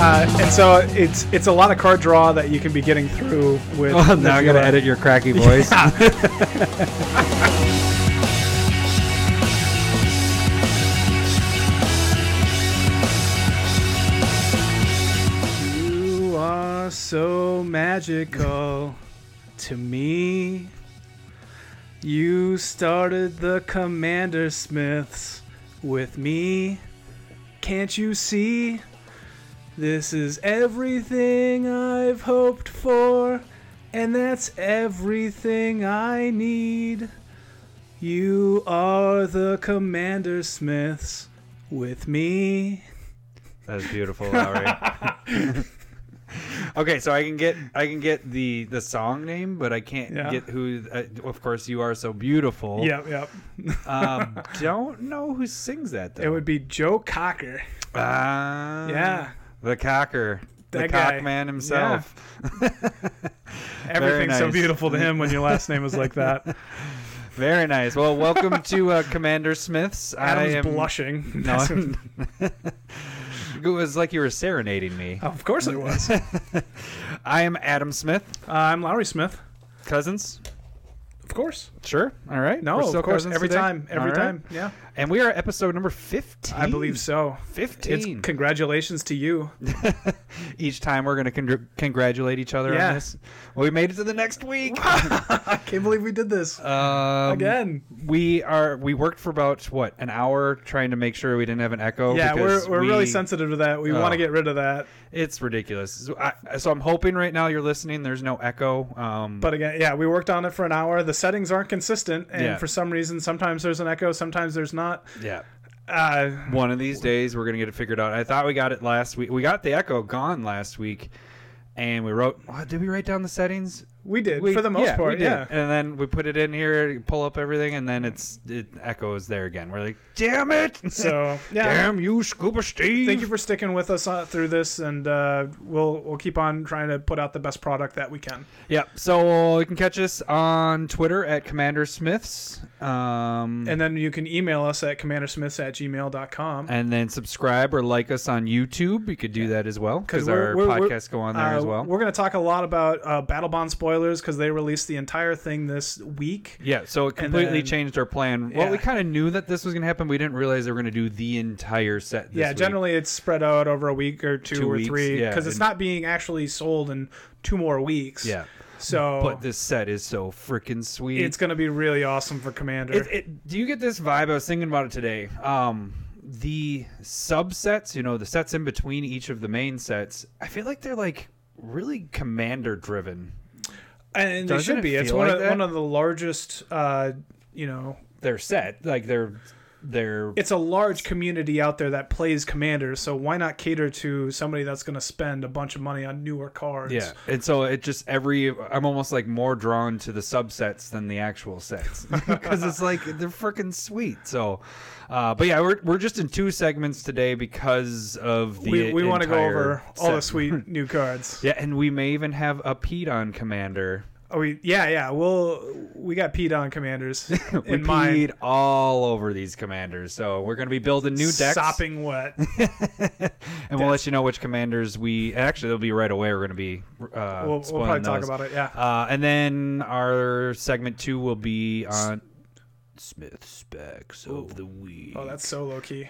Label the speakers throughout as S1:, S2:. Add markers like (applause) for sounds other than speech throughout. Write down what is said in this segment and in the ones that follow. S1: Uh, and so it's it's a lot of card draw that you can be getting through with. uh,
S2: Oh, (laughs) now I gotta
S1: Nagila.
S2: edit your
S1: (laughs)
S2: cracky voice.
S1: You are so magical to me. You started the Commander Smiths with me. Can't you see? This is everything I've hoped for, and that's everything I need. You are the Commander Smiths with me.
S2: That was beautiful, Lowry. (laughs) okay, so I can get I can get the the song name, but I can't
S1: Yeah.
S2: get who. Uh, of course, you are so beautiful.
S1: yep.
S2: (laughs) Um, don't know who sings that though.
S1: It would be Joe Cocker. Uh,
S2: Ah,
S1: Yeah.
S2: The cocker, the
S1: That guy.
S2: cock man himself.
S1: Everything's so
S2: nice.
S1: beautiful to him when your last name is like (laughs) that.
S2: Very nice.
S1: (laughs)
S2: Well, welcome to uh, Commander Smith's.
S1: Adam's
S2: I am
S1: blushing. (laughs)
S2: No,
S1: That's-
S2: I'm- it was like you were serenading me.
S1: (laughs) of course it was. Uh,
S2: I am Adam Smith.
S1: I'm Lowry Smith.
S2: Cousins.
S1: Of course.
S2: Sure. All right.
S1: No,
S2: We're still
S1: of course.
S2: cousins
S1: Every
S2: today?
S1: time. Every
S2: All right.
S1: time. Yeah.
S2: And we are at episode number 15.
S1: I believe so. It's
S2: 15.
S1: congratulations to you.
S2: Each time we're going to con- congratulate each other
S1: Yeah.
S2: on this. Well, we made it to the next week.
S1: (laughs) I can't believe we did this
S2: Um,
S1: again.
S2: We are we worked for about what an hour trying to make sure we didn't have an echo.
S1: Yeah,
S2: Oh, because
S1: we're, we're
S2: we-
S1: really sensitive to that. We
S2: Oh.
S1: want to get rid of that.
S2: It's ridiculous. So, I, so I'm hoping right now you're listening. There's no echo. Um,
S1: But again, yeah, we worked on it for an hour. The settings aren't consistent, and
S2: Yeah.
S1: for some reason, sometimes there's an echo, sometimes there's not.
S2: yeah,
S1: Uh,
S2: one of these days we're gonna get it figured out. I thought we got it last week. We got the echo gone last week, and we wrote. Oh, did we write down the settings?
S1: we did
S2: We-
S1: for the most
S2: yeah, we
S1: part.
S2: did.
S1: Yeah.
S2: And then we put it in here, pull up everything, and then it's it echoes there again. We're like, damn it!
S1: (laughs)
S2: (laughs)
S1: So yeah.
S2: damn you, Scuba Steve.
S1: Thank you for sticking with us uh, through this, and uh, we'll we'll keep on trying to put out the best product that we can.
S2: Yeah. So you can catch us on Twitter at Commander Smiths. Um,
S1: And then you can email us at commandersmiths at gmail.com.
S2: and then subscribe or like us on YouTube. You could do that as well because our podcasts go on there
S1: uh,
S2: as well.
S1: We're going to talk a lot about uh, Battle Bond spoilers because they released the entire thing this week.
S2: Yeah, so it completely
S1: then-
S2: changed our plan. Well,
S1: Yeah.
S2: we kind of knew that this was going to happen. We didn't realize they were going to do the entire set. This
S1: yeah,
S2: week.
S1: generally it's spread out over a week or two,
S2: Two
S1: or
S2: weeks,
S1: three
S2: yeah,
S1: because it's
S2: and-
S1: not being actually sold in two more weeks.
S2: Yeah,
S1: So
S2: but this set is so freaking sweet.
S1: it's going to be really awesome for Commander.
S2: It, it, do you get this vibe? I was thinking about it today. Um, the subsets, you know, the sets in between each of the main sets, I feel like they're like really commander driven.
S1: and it
S2: doesn't
S1: should
S2: it
S1: be. It's
S2: feel
S1: one,
S2: like
S1: of,
S2: that?
S1: one of the largest, uh, you know,
S2: Their set, like they're they're
S1: it's a large community out there that plays commander so why not cater to somebody that's going to spend a bunch of money on newer cards
S2: yeah. And so it just every I'm almost like more drawn to the subsets than the actual sets (laughs) because it's like they're freaking sweet. So, uh, but yeah, we're we're just in two segments today because of the
S1: we, we want to go
S2: entire
S1: over all the
S2: set. (laughs)
S1: sweet new cards
S2: Yeah, and we may even have a Pete on Commander.
S1: oh we, yeah yeah we'll we got peed on commanders
S2: (laughs) We
S1: in mind
S2: peed all over these commanders, so we're going to be building new decks,
S1: sopping wet
S2: and we'll let you know which commanders we. Actually, it'll be right away. We're going to be. Uh,
S1: we'll, we'll
S2: spoiling
S1: probably talk
S2: those.
S1: about it yeah
S2: Uh, and then our segment two will be on Smith specs of the week.
S1: oh that's so low
S2: (laughs)
S1: key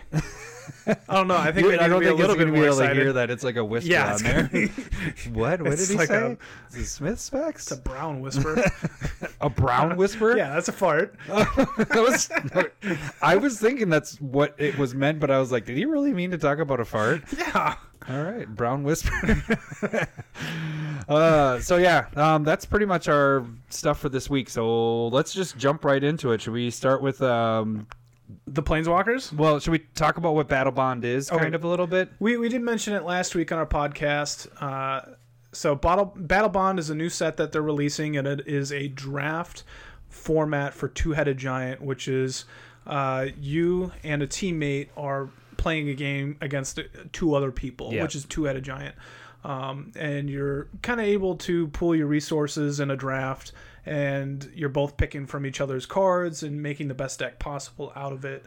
S1: i don't know i think
S2: You-
S1: we need
S2: I don't
S1: to be a
S2: think it's
S1: little
S2: going
S1: bit
S2: to be
S1: more
S2: able to
S1: excited
S2: hear that. It's like a whisper
S1: Yeah,
S2: on
S1: it's
S2: there.
S1: gonna be-
S2: (laughs) what? What
S1: It's
S2: did he
S1: like
S2: say?
S1: a-
S2: Is it Smith specs?
S1: (laughs) it's a brown whisper
S2: (laughs) a brown whisper? (laughs)
S1: yeah that's a fart
S2: that was, I was thinking that's what it was meant, but I was like, did he really mean to talk about a fart?
S1: yeah
S2: All right, Brown Whisper. (laughs) uh, so yeah, um, that's pretty much our stuff for this week. So let's just jump right into it. Should we start with? Um,
S1: the planeswalkers
S2: well, should we talk about what Battle Bond is, kind of a little bit?
S1: We, we did mention it last week on our podcast. Uh, so Battle, Battle Bond is a new set that they're releasing, and it is a draft format for Two Headed Giant, which is uh, you and a teammate are playing a game against two other people,
S2: Yeah.
S1: which is Two Headed Giant. Um, and you're kind of able to pool your resources in a draft, and you're both picking from each other's cards and making the best deck possible out of it.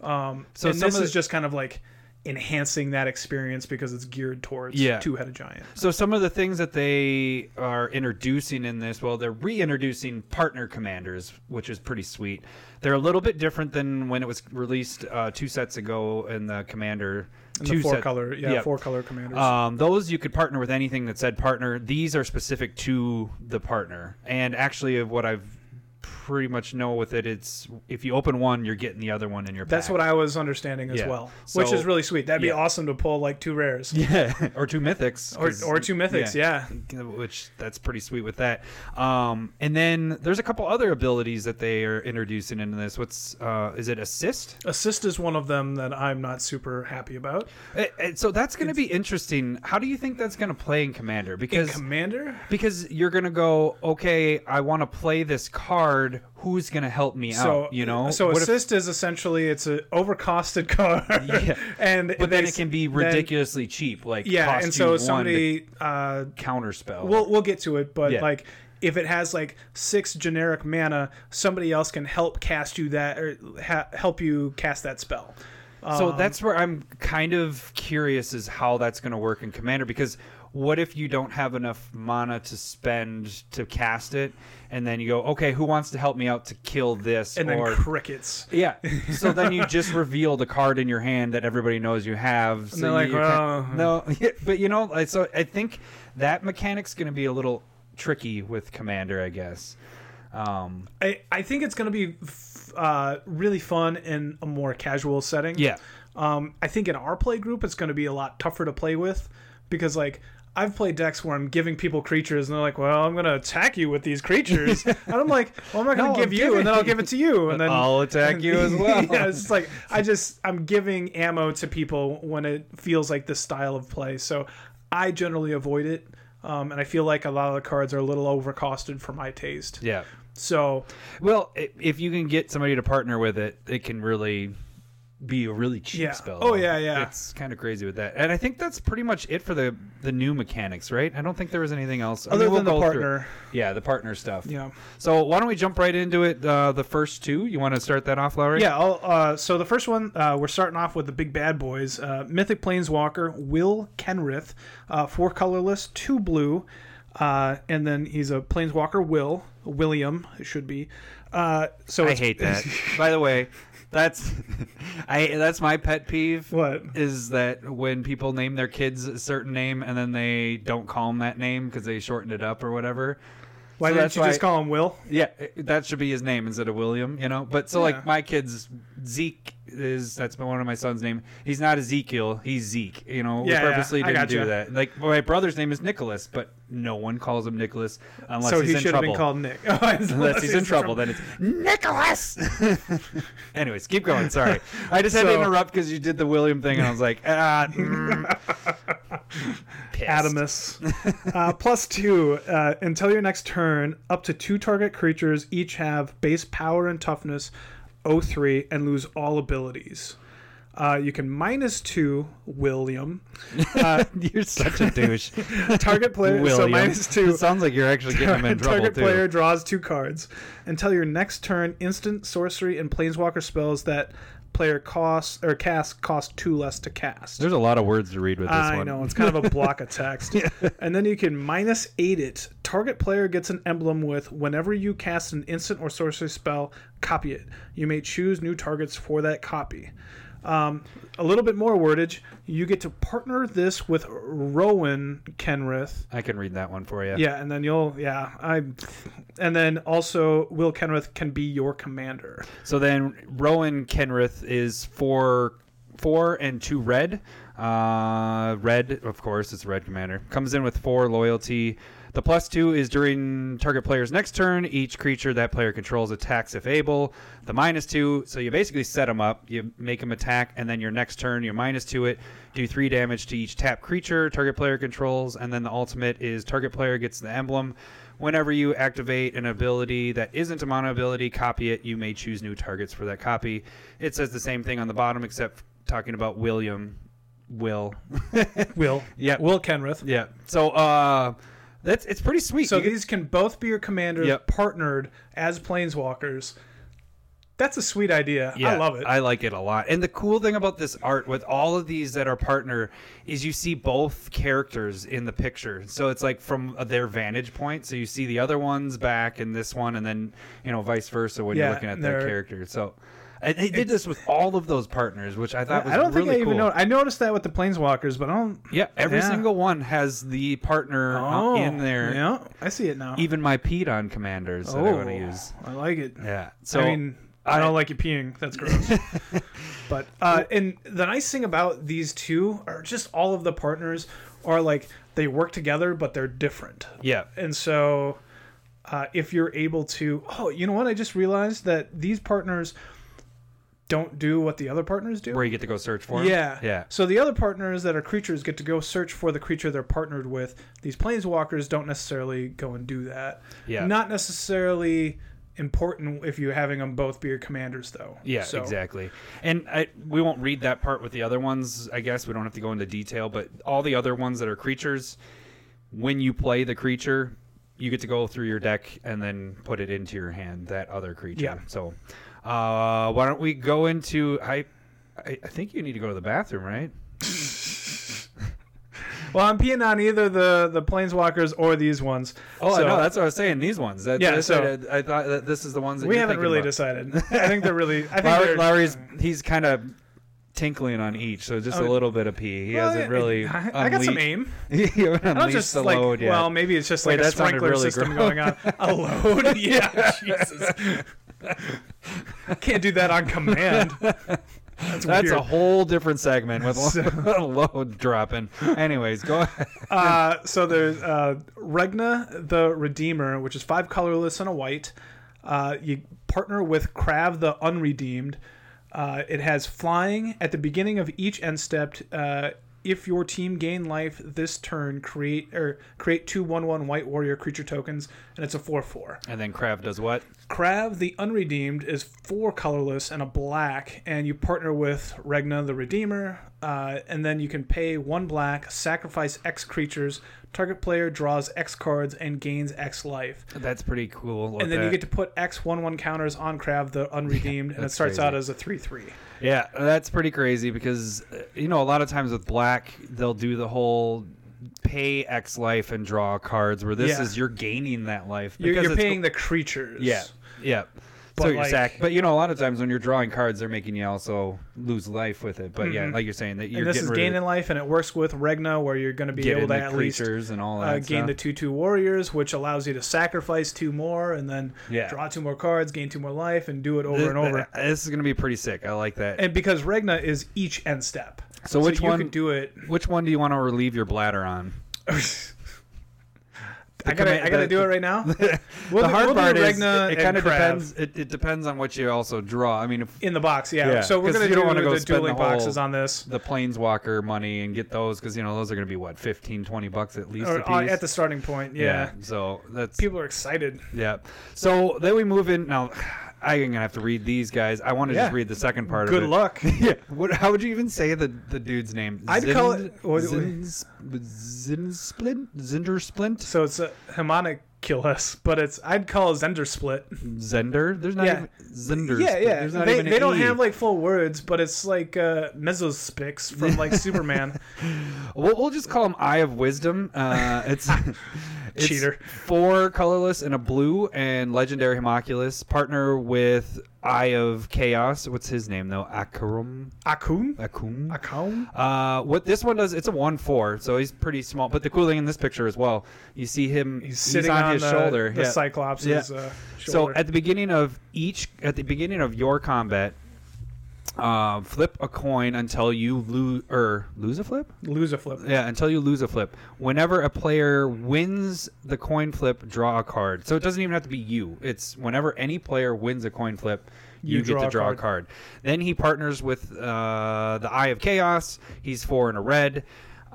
S1: Um,
S2: So
S1: and
S2: some
S1: this
S2: of
S1: is
S2: the-
S1: just kind of like enhancing that experience because it's geared towards
S2: Yeah.
S1: two-headed giant.
S2: So some of the things that they are introducing in this, well, they're reintroducing partner commanders, which is pretty sweet. They're a little bit different than when it was released uh, two sets ago in the commander.
S1: And
S2: two
S1: the four
S2: set-
S1: color, yeah,
S2: yep.
S1: four color commanders.
S2: Um, those you could partner with anything that said partner. These are specific to the partner. And actually, of what I've pretty much know with it, it's if you open one, you're getting the other one in your.
S1: That's
S2: pack.
S1: what I was understanding as
S2: Yeah.
S1: well,
S2: So-
S1: which is really sweet. That'd be
S2: yeah.
S1: awesome to pull like two rares
S2: (laughs) Yeah, or two mythics,
S1: or,
S2: 'cause-
S1: or two mythics. Yeah.
S2: which that's pretty sweet with that. Um, and then there's a couple other abilities that they are introducing into this. What's uh, is it assist?
S1: Assist is one of them that I'm not super happy about.
S2: Eh, eh, so that's going to be interesting. How do you think that's going to play in Commander? Because
S1: Commander,
S2: because you're going to go, okay, I want to play this card. Who's going to help me
S1: so
S2: out? Oh, You know,
S1: so
S2: What if-
S1: assist is essentially it's an overcosted (laughs) card,
S2: Yeah.
S1: and
S2: but then
S1: they-
S2: it can be
S1: then-
S2: ridiculously cheap. Like
S1: yeah,
S2: cost
S1: and so
S2: you one
S1: somebody uh,
S2: to counterspell.
S1: we'll we'll get to it, but
S2: Yeah.
S1: like if it has like six generic mana, somebody else can help cast you that or ha- help you cast that spell.
S2: So
S1: um,
S2: that's where I'm kind of curious is how that's going to work in Commander because what if you don't have enough mana to spend to cast it and then you go, "Okay, who wants to help me out to kill this?"
S1: And then
S2: or
S1: crickets.
S2: yeah.
S1: (laughs)
S2: So then you just reveal the card in your hand that everybody knows you have. So
S1: they're like,
S2: you, you can't-
S1: "Well,
S2: no, (laughs) but you know, like, so I think that mechanic's going to be a little tricky with Commander, I guess. Um,
S1: I, I think it's going to be f- uh, really fun in a more casual setting.
S2: yeah.
S1: Um, I think in our play group, it's going to be a lot tougher to play with because, like, I've played decks where I'm giving people creatures and they're like, well, I'm going to attack you with these creatures.
S2: (laughs)
S1: and I'm like, well, I'm not going
S2: No,
S1: to give
S2: I'm Oh,
S1: you, and then I'll
S2: giving-
S1: give it to you.
S2: (laughs)
S1: And then
S2: I'll attack you (laughs)
S1: (laughs)
S2: as well.
S1: yeah, it's just like, I just, I'm giving ammo to people when it feels like this style of play. So I generally avoid it. Um, and I feel like a lot of the cards are a little overcosted for my taste.
S2: Yeah.
S1: So
S2: Well, i- if you can get somebody to partner with it, it can really be a really cheap
S1: Yeah.
S2: spell.
S1: Oh, yeah, yeah.
S2: It's kind of crazy with that. And I think that's pretty much it for the the new mechanics, right? I don't think there was anything else I
S1: Other
S2: mean, we'll
S1: than the
S2: go through-
S1: partner.
S2: Yeah, the partner stuff.
S1: Yeah.
S2: So why don't we jump right into it? Uh, the first two. You want to start that off, Lowry?
S1: Yeah. I'll, uh, so the first one, uh, we're starting off with the big bad boys. Uh, Mythic Planeswalker Will Kenrith, uh, four colorless, two blue, uh, and then he's a Planeswalker Will William it should be. Uh, so
S2: I
S1: it's- (laughs)
S2: hate that. By the way, that's I that's my pet peeve.
S1: What?
S2: is that when people name their kids a certain name and then they don't call them that name because they shortened it up or whatever?
S1: Why
S2: So
S1: didn't
S2: that's
S1: you just
S2: why-
S1: call him Will?
S2: Yeah, it- that should be his name instead of William, you know. But so
S1: Yeah.
S2: like my kids, Zeke is that's one of my son's name. He's not Ezekiel, he's Zeke. You know,
S1: Yeah,
S2: we
S1: yeah,
S2: purposely
S1: I
S2: didn't
S1: gotcha.
S2: do that. Like my brother's name is Nicholas, but no one calls him Nicholas unless
S1: so
S2: he's
S1: he
S2: in
S1: should have
S2: trouble.
S1: been called Nick. (laughs) Unless,
S2: (laughs) Unless he's in trouble, then it's Nicholas. (laughs) Anyways, keep going. (laughs) Sorry, I just had to
S1: So-
S2: interrupt because you did the William thing, and I was (laughs) like, ah, mm. Pissed.
S1: Adamus.
S2: (laughs)
S1: uh, plus two. Uh, until your next turn, up to two target creatures each have base power and toughness 03 and lose all abilities. Uh, you can minus two,
S2: (laughs)
S1: William.
S2: You're such a (laughs) douche.
S1: Target player.
S2: William.
S1: so minus
S2: (laughs)
S1: two.
S2: It sounds like you're actually getting
S1: (laughs)
S2: him (laughs) in trouble
S1: target
S2: too.
S1: player draws two cards. Until your next turn, instant sorcery and planeswalker spells that player costs or casts cost two less to cast.
S2: There's a lot of words to read with this
S1: I
S2: one.
S1: know it's kind of a block of
S2: (laughs)
S1: text, and then you can minus eight it. Target player gets an emblem with whenever you cast an instant or sorcery spell, copy it. You may choose new targets for that copy. Um, a little bit more wordage. You get to partner this with Rowan Kenrith.
S2: I can read that one for you.
S1: Yeah, and then you'll yeah I, and then also Will Kenrith can be your commander.
S2: So then Rowan Kenrith is four, four and two red. Uh, red, of course, it's red commander. Comes in with four loyalty. The plus two is during target player's next turn, each creature that player controls attacks if able. The minus two, so you basically set them up, you make them attack, and then your next turn, you're minus two it, do three damage to each tap creature target player controls, and then the ultimate is target player gets the emblem. Whenever you activate an ability that isn't a mono ability, copy it. You may choose new targets for that copy. It says the same thing on the bottom, except talking about William. Will.
S1: Will
S2: Yeah.
S1: Will Kenrith.
S2: yeah. (laughs) So uh, that's it's pretty sweet.
S1: So
S2: You-
S1: these can both be your commanders
S2: Yep.
S1: partnered as planeswalkers. That's a sweet idea. I love it.
S2: I like it a lot. And the cool thing about this art with all of these that are partner is you see both characters in the picture. So it's like from their vantage point. So you see the other one's back and this one, and then, you know, vice versa when
S1: Yeah,
S2: you're looking at that
S1: they're-
S2: character. So and they did this with all of those partners, which I thought was
S1: I don't
S2: really
S1: think I
S2: cool.
S1: even know. I noticed that with the planeswalkers, but I don't.
S2: Yeah, every
S1: Yeah.
S2: single one has the partner uh,
S1: Oh,
S2: in there.
S1: Yeah, I see it now. Oh,
S2: Even my Pete on commanders that I want to use.
S1: I like it.
S2: Yeah. So
S1: I mean, I don't like you peeing. That's gross.
S2: (laughs)
S1: but uh, and the nice thing about these two are just all of the partners are like they work together, but they're different.
S2: yeah.
S1: And so, uh, if you're able to, oh, you know what? I just realized that these partners don't do what the other partners do.
S2: Where you get to go search for 'em.
S1: Yeah.
S2: Yeah.
S1: So the other partners that are creatures get to go search for the creature they're partnered with. These planeswalkers don't necessarily go and do that.
S2: Yeah.
S1: Not necessarily important if you're having them both be your commanders, though.
S2: Yeah,
S1: So-
S2: exactly. And I, we won't read that part with the other ones. I guess we don't have to go into detail, but all the other ones that are creatures, when you play the creature, you get to go through your deck and then put it into your hand, that other creature.
S1: Yeah.
S2: So uh, why don't we go into. I, I, I think you need to go to the bathroom, right?
S1: Well, I'm peeing on either the the planeswalkers or these ones.
S2: Oh,
S1: so
S2: no, that's what I was saying. These ones. That,
S1: Yeah,
S2: this-
S1: so-
S2: I, I thought that this is the ones that
S1: we
S2: you're
S1: haven't
S2: thinking
S1: really
S2: about.
S1: decided. (laughs) I think they're really. I think
S2: Lowry,
S1: they're,
S2: Lowry's he's kind of tinkling on each, so just a
S1: Oh.
S2: little bit of pee. He
S1: Well,
S2: hasn't really.
S1: I, I got some
S2: unleashed-
S1: aim.
S2: (laughs) you haven't
S1: I don't
S2: unleashed
S1: just
S2: the
S1: like.
S2: load yet.
S1: Well, maybe it's just like
S2: Wait,
S1: a
S2: that sounded
S1: sprinkler
S2: really
S1: system
S2: gross.
S1: going
S2: (laughs)
S1: on. A load. (laughs) Yeah. Jesus. Can't do that on command. That's,
S2: that's
S1: weird.
S2: a whole different segment
S1: (laughs)
S2: with (laughs) a load dropping. Anyways, go ahead.
S1: uh, so there's uh, Regna the Redeemer, which is five colorless and a white. Uh, you partner with Krav the Unredeemed. Uh, it has flying at the beginning of each end step. Uh, if your team gain life this turn, create or create two one one white warrior creature tokens, and it's a four four.
S2: (laughs) And then Crab does what?
S1: Krav the Unredeemed is four colorless and a black, and you partner with Regna the Redeemer, uh, and then you can pay one black, sacrifice X creatures, target player draws X cards and gains X life.
S2: That's pretty cool.
S1: And then you get to put X 1 1 counters on Krav the
S2: (laughs)
S1: Unredeemed, and it
S2: that's
S1: starts
S2: crazy.
S1: out as a 3 3.
S2: yeah, that's pretty crazy because uh, you know a lot of times with black they'll do the whole pay X life and draw cards where this
S1: Yeah.
S2: is you're gaining that life
S1: You're,
S2: because
S1: you're
S2: it's-
S1: paying the creatures.
S2: Yeah, yeah.
S1: But
S2: so you're
S1: like-
S2: sack, but you know, a lot of times when you're drawing cards, they're making you also lose life with it. But yeah, like you're saying that you're
S1: Mm-hmm. And this
S2: getting
S1: is
S2: rid
S1: gaining
S2: of
S1: life, and it works with Regna, where you're going to be
S2: get
S1: able
S2: in
S1: to
S2: the
S1: at least
S2: creatures and all that.
S1: uh, gain
S2: stuff.
S1: the two two warriors, which allows you to sacrifice two more and then
S2: Yeah.
S1: draw two more cards, gain two more life, and do it over
S2: Th-
S1: and over. (laughs)
S2: th- This is gonna be pretty sick. I like that.
S1: And because Regna is each end step,
S2: So which
S1: you
S2: one-
S1: could do
S2: (laughs)
S1: it?
S2: Which one do you want to relieve your bladder on?
S1: I gotta,
S2: command-
S1: I gotta
S2: the-
S1: do it right
S2: (laughs)
S1: now. We'll
S2: the
S1: do-
S2: hard
S1: we'll do
S2: part is
S1: Regna
S2: it
S1: and
S2: kind of
S1: Krav
S2: depends. It, it depends on what you also draw. I mean, if
S1: in the box. Yeah,
S2: Yeah,
S1: so we're
S2: 'cause
S1: gonna
S2: you don't
S1: do
S2: wanna go
S1: the
S2: spend
S1: dueling
S2: the whole-
S1: boxes on this
S2: the planeswalker money and get those because you know those are gonna be what 15, 20 bucks at least.
S1: or,
S2: a
S1: uh,
S2: piece.
S1: at the starting point. Yeah.
S2: So that's
S1: people are excited.
S2: Yeah. So then we move in. Now, I'm going to have to read these guys. I want to
S1: Yeah.
S2: just read the second part
S1: Good
S2: of it.
S1: luck.
S2: (laughs) Yeah. What, how would you even say the, the dude's name?
S1: I'd call it- what-
S2: Zinsplint? Zindersplint?
S1: So it's a harmonic kill us, but it's I'd call Zender split.
S2: Zender? There's not
S1: Yeah.
S2: even. Zinder.
S1: Yeah, yeah.
S2: There's not
S1: They,
S2: even
S1: they
S2: an
S1: don't
S2: E.
S1: have like full words, but it's like uh, mesospics from
S2: (laughs)
S1: like Superman.
S2: We'll, we'll just call him Eye of Wisdom.
S1: (laughs)
S2: Uh, it's, it's
S1: Cheater.
S2: Four colorless and a blue and legendary Homoculus. Partner with Eye of Chaos. What's his name though? Akarum.
S1: Akun?
S2: Akum.
S1: Akun?
S2: Uh, what this one does, it's a one four, so he's pretty small. But the cool thing in this picture as well, you see him.
S1: He's sitting
S2: on,
S1: on,
S2: his
S1: the,
S2: shoulder.
S1: The
S2: yeah.
S1: Cyclops'
S2: Yeah.
S1: uh,
S2: So
S1: shoulder.
S2: at the beginning of each, at the beginning of your combat, uh, flip a coin until you lose or lose a flip.
S1: lose a flip.
S2: Yeah, until you lose a flip. Whenever a player wins the coin flip, draw a card. So it doesn't even have to be you. It's whenever any player wins a coin flip, you,
S1: You
S2: get
S1: draw
S2: to
S1: a
S2: draw a
S1: card.
S2: card. Then he partners with uh, the Eye of Chaos. He's four and a red.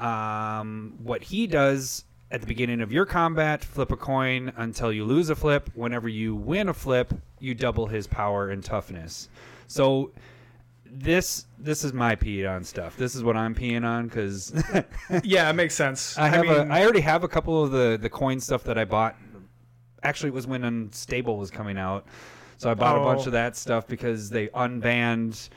S2: Um, what he does at the beginning of your combat, flip a coin until you lose a flip. Whenever you win a flip, you double his power and toughness. So this this is my pee on stuff. This is what I'm peeing on
S1: (laughs)
S2: because
S1: yeah, it makes sense.
S2: I have
S1: mean,
S2: a, I already have a couple of the the coin stuff that I bought. Actually, it was when Unstable was coming out, So I bought a bunch
S1: Oh.
S2: of that stuff because they unbanned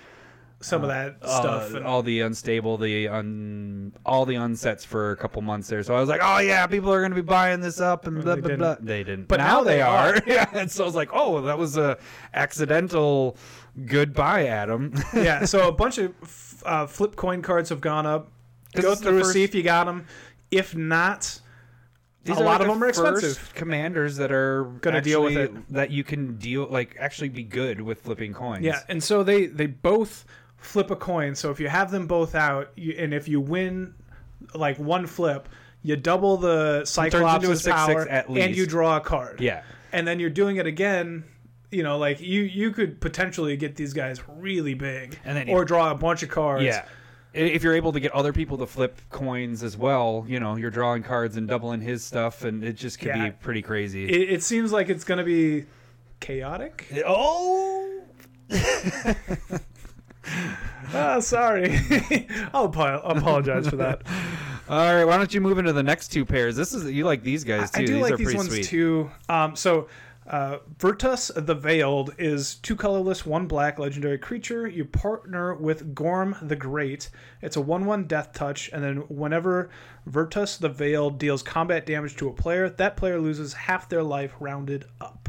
S1: Some of that
S2: uh,
S1: stuff. and,
S2: all the unstable, the un, all the unsets for a couple months there. So I was like, oh yeah, people are going to be buying this up and blah
S1: they
S2: blah
S1: didn't.
S2: blah. They didn't,
S1: But now they are.
S2: (laughs) yeah, and so I was like, oh, that was a accidental goodbye, Adam.
S1: yeah, so a bunch of f- uh, flip coin cards have gone up.
S2: 'Cause
S1: Go
S2: it's the
S1: through,
S2: first-
S1: see if you got them. If not,
S2: These
S1: A lot
S2: like
S1: of
S2: the
S1: them are
S2: first
S1: expensive.
S2: Commanders that are
S1: Gonna deal with
S2: actually- that you can deal like actually be good with flipping coins.
S1: Yeah, and so they they both flip a coin. So if you have them both out, you, and if you win like one flip, you double the
S2: into a
S1: Cyclops' power,
S2: 6-6 at
S1: and
S2: least.
S1: you draw a card.
S2: yeah.
S1: and then you're doing it again. You know, like you you could potentially get these guys really big,
S2: And then you-
S1: or draw a bunch of cards.
S2: Yeah. I- If you're able to get other people to flip coins as well, you know, you're drawing cards and doubling his stuff, and it just could
S1: Yeah.
S2: be pretty crazy.
S1: it, it seems like it's gonna be chaotic.
S2: (laughs) oh!
S1: Ah, sorry, (laughs) I'll apo- apologize for that.
S2: All right, why don't you move into the next two pairs? This is You like these guys, too.
S1: I do
S2: these
S1: like
S2: are
S1: these
S2: pretty
S1: ones
S2: sweet.
S1: too. Um, so, uh, Virtus the Veiled is two colorless, one black legendary creature. You partner with Gorm the Great. It's a 1 1 death touch, and then whenever Virtus the Veiled deals combat damage to a player, that player loses half their life rounded up.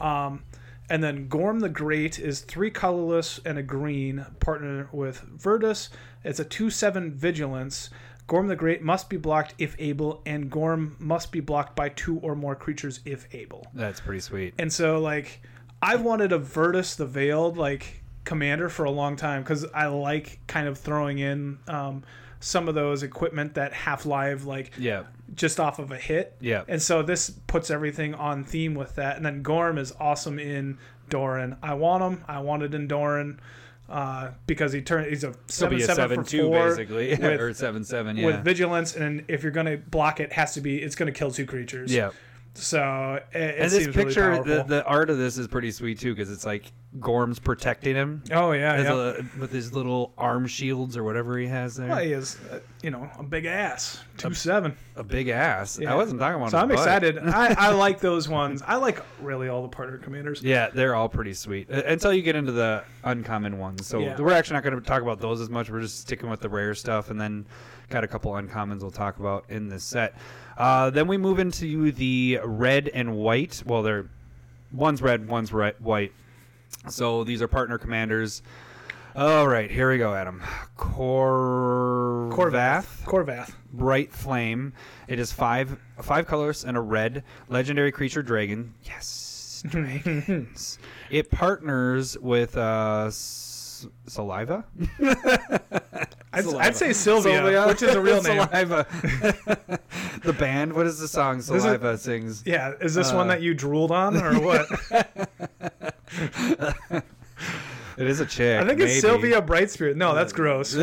S1: Um, and then Gorm the Great is three colorless and a green, partner with Virtus. It's a 2 7 vigilance. Gorm the Great must be blocked if able, and Gorm must be blocked by two or more creatures if able.
S2: That's pretty sweet.
S1: And so, like, I've wanted a Virtus the Veiled, like, commander for a long time because I like kind of throwing in um, some of those equipment that half live, like,
S2: Yeah.
S1: just off of a hit.
S2: Yeah.
S1: And so this puts everything on theme with that. And then Gorm is awesome in Doran. I want him. I wanted in Doran uh, because he turned. He's a
S2: It'll
S1: seven
S2: be a
S1: seven,
S2: 7
S1: for
S2: 2,
S1: four
S2: basically. (laughs)
S1: with-
S2: or 7 7, yeah.
S1: with vigilance. And if you're gonna block it, has to be it's gonna kill two creatures.
S2: yeah.
S1: So it, it
S2: And this
S1: seems really
S2: picture, the,
S1: powerful.
S2: the art of this is pretty sweet, too, because it's like Gorm's protecting him
S1: oh yeah,
S2: as
S1: yeah.
S2: a- with his little arm shields or whatever he has there.
S1: Well, he is, uh, you know, a big ass, two seven.
S2: a big ass.
S1: Yeah.
S2: I wasn't talking about
S1: So
S2: his
S1: I'm
S2: butt. (laughs)
S1: excited. I, I like those ones. I like really all the partner commanders.
S2: Yeah, they're all pretty sweet Uh, until you get into the uncommon ones. So
S1: Yeah.
S2: we're actually not going to talk about those as much. We're just sticking with the rare stuff, and then got a couple uncommons we'll talk about in this set. Uh, then we move into the red and white. Well, they're one's red, one's red, white. So these are partner commanders. All right, here we go, Adam. Corvath.
S1: Corvath. Corvath.
S2: Bright Flame. It is five five colors and a red legendary creature dragon. Yes, (laughs)
S1: Hmm.
S2: dragons. it partners with uh, s- saliva.
S1: I'd,
S2: Saliva.
S1: I'd say Sylvia, which is a
S2: (laughs)
S1: real (laughs) name.
S2: Saliva. the band. What is the song
S1: is-
S2: Saliva sings?
S1: Yeah, is this one
S2: Uh,
S1: that you drooled on
S2: (laughs)
S1: or what?
S2: It is a chick.
S1: I think it's
S2: maybe.
S1: Sylvia Brightspear. No, that's
S2: (laughs)
S1: gross.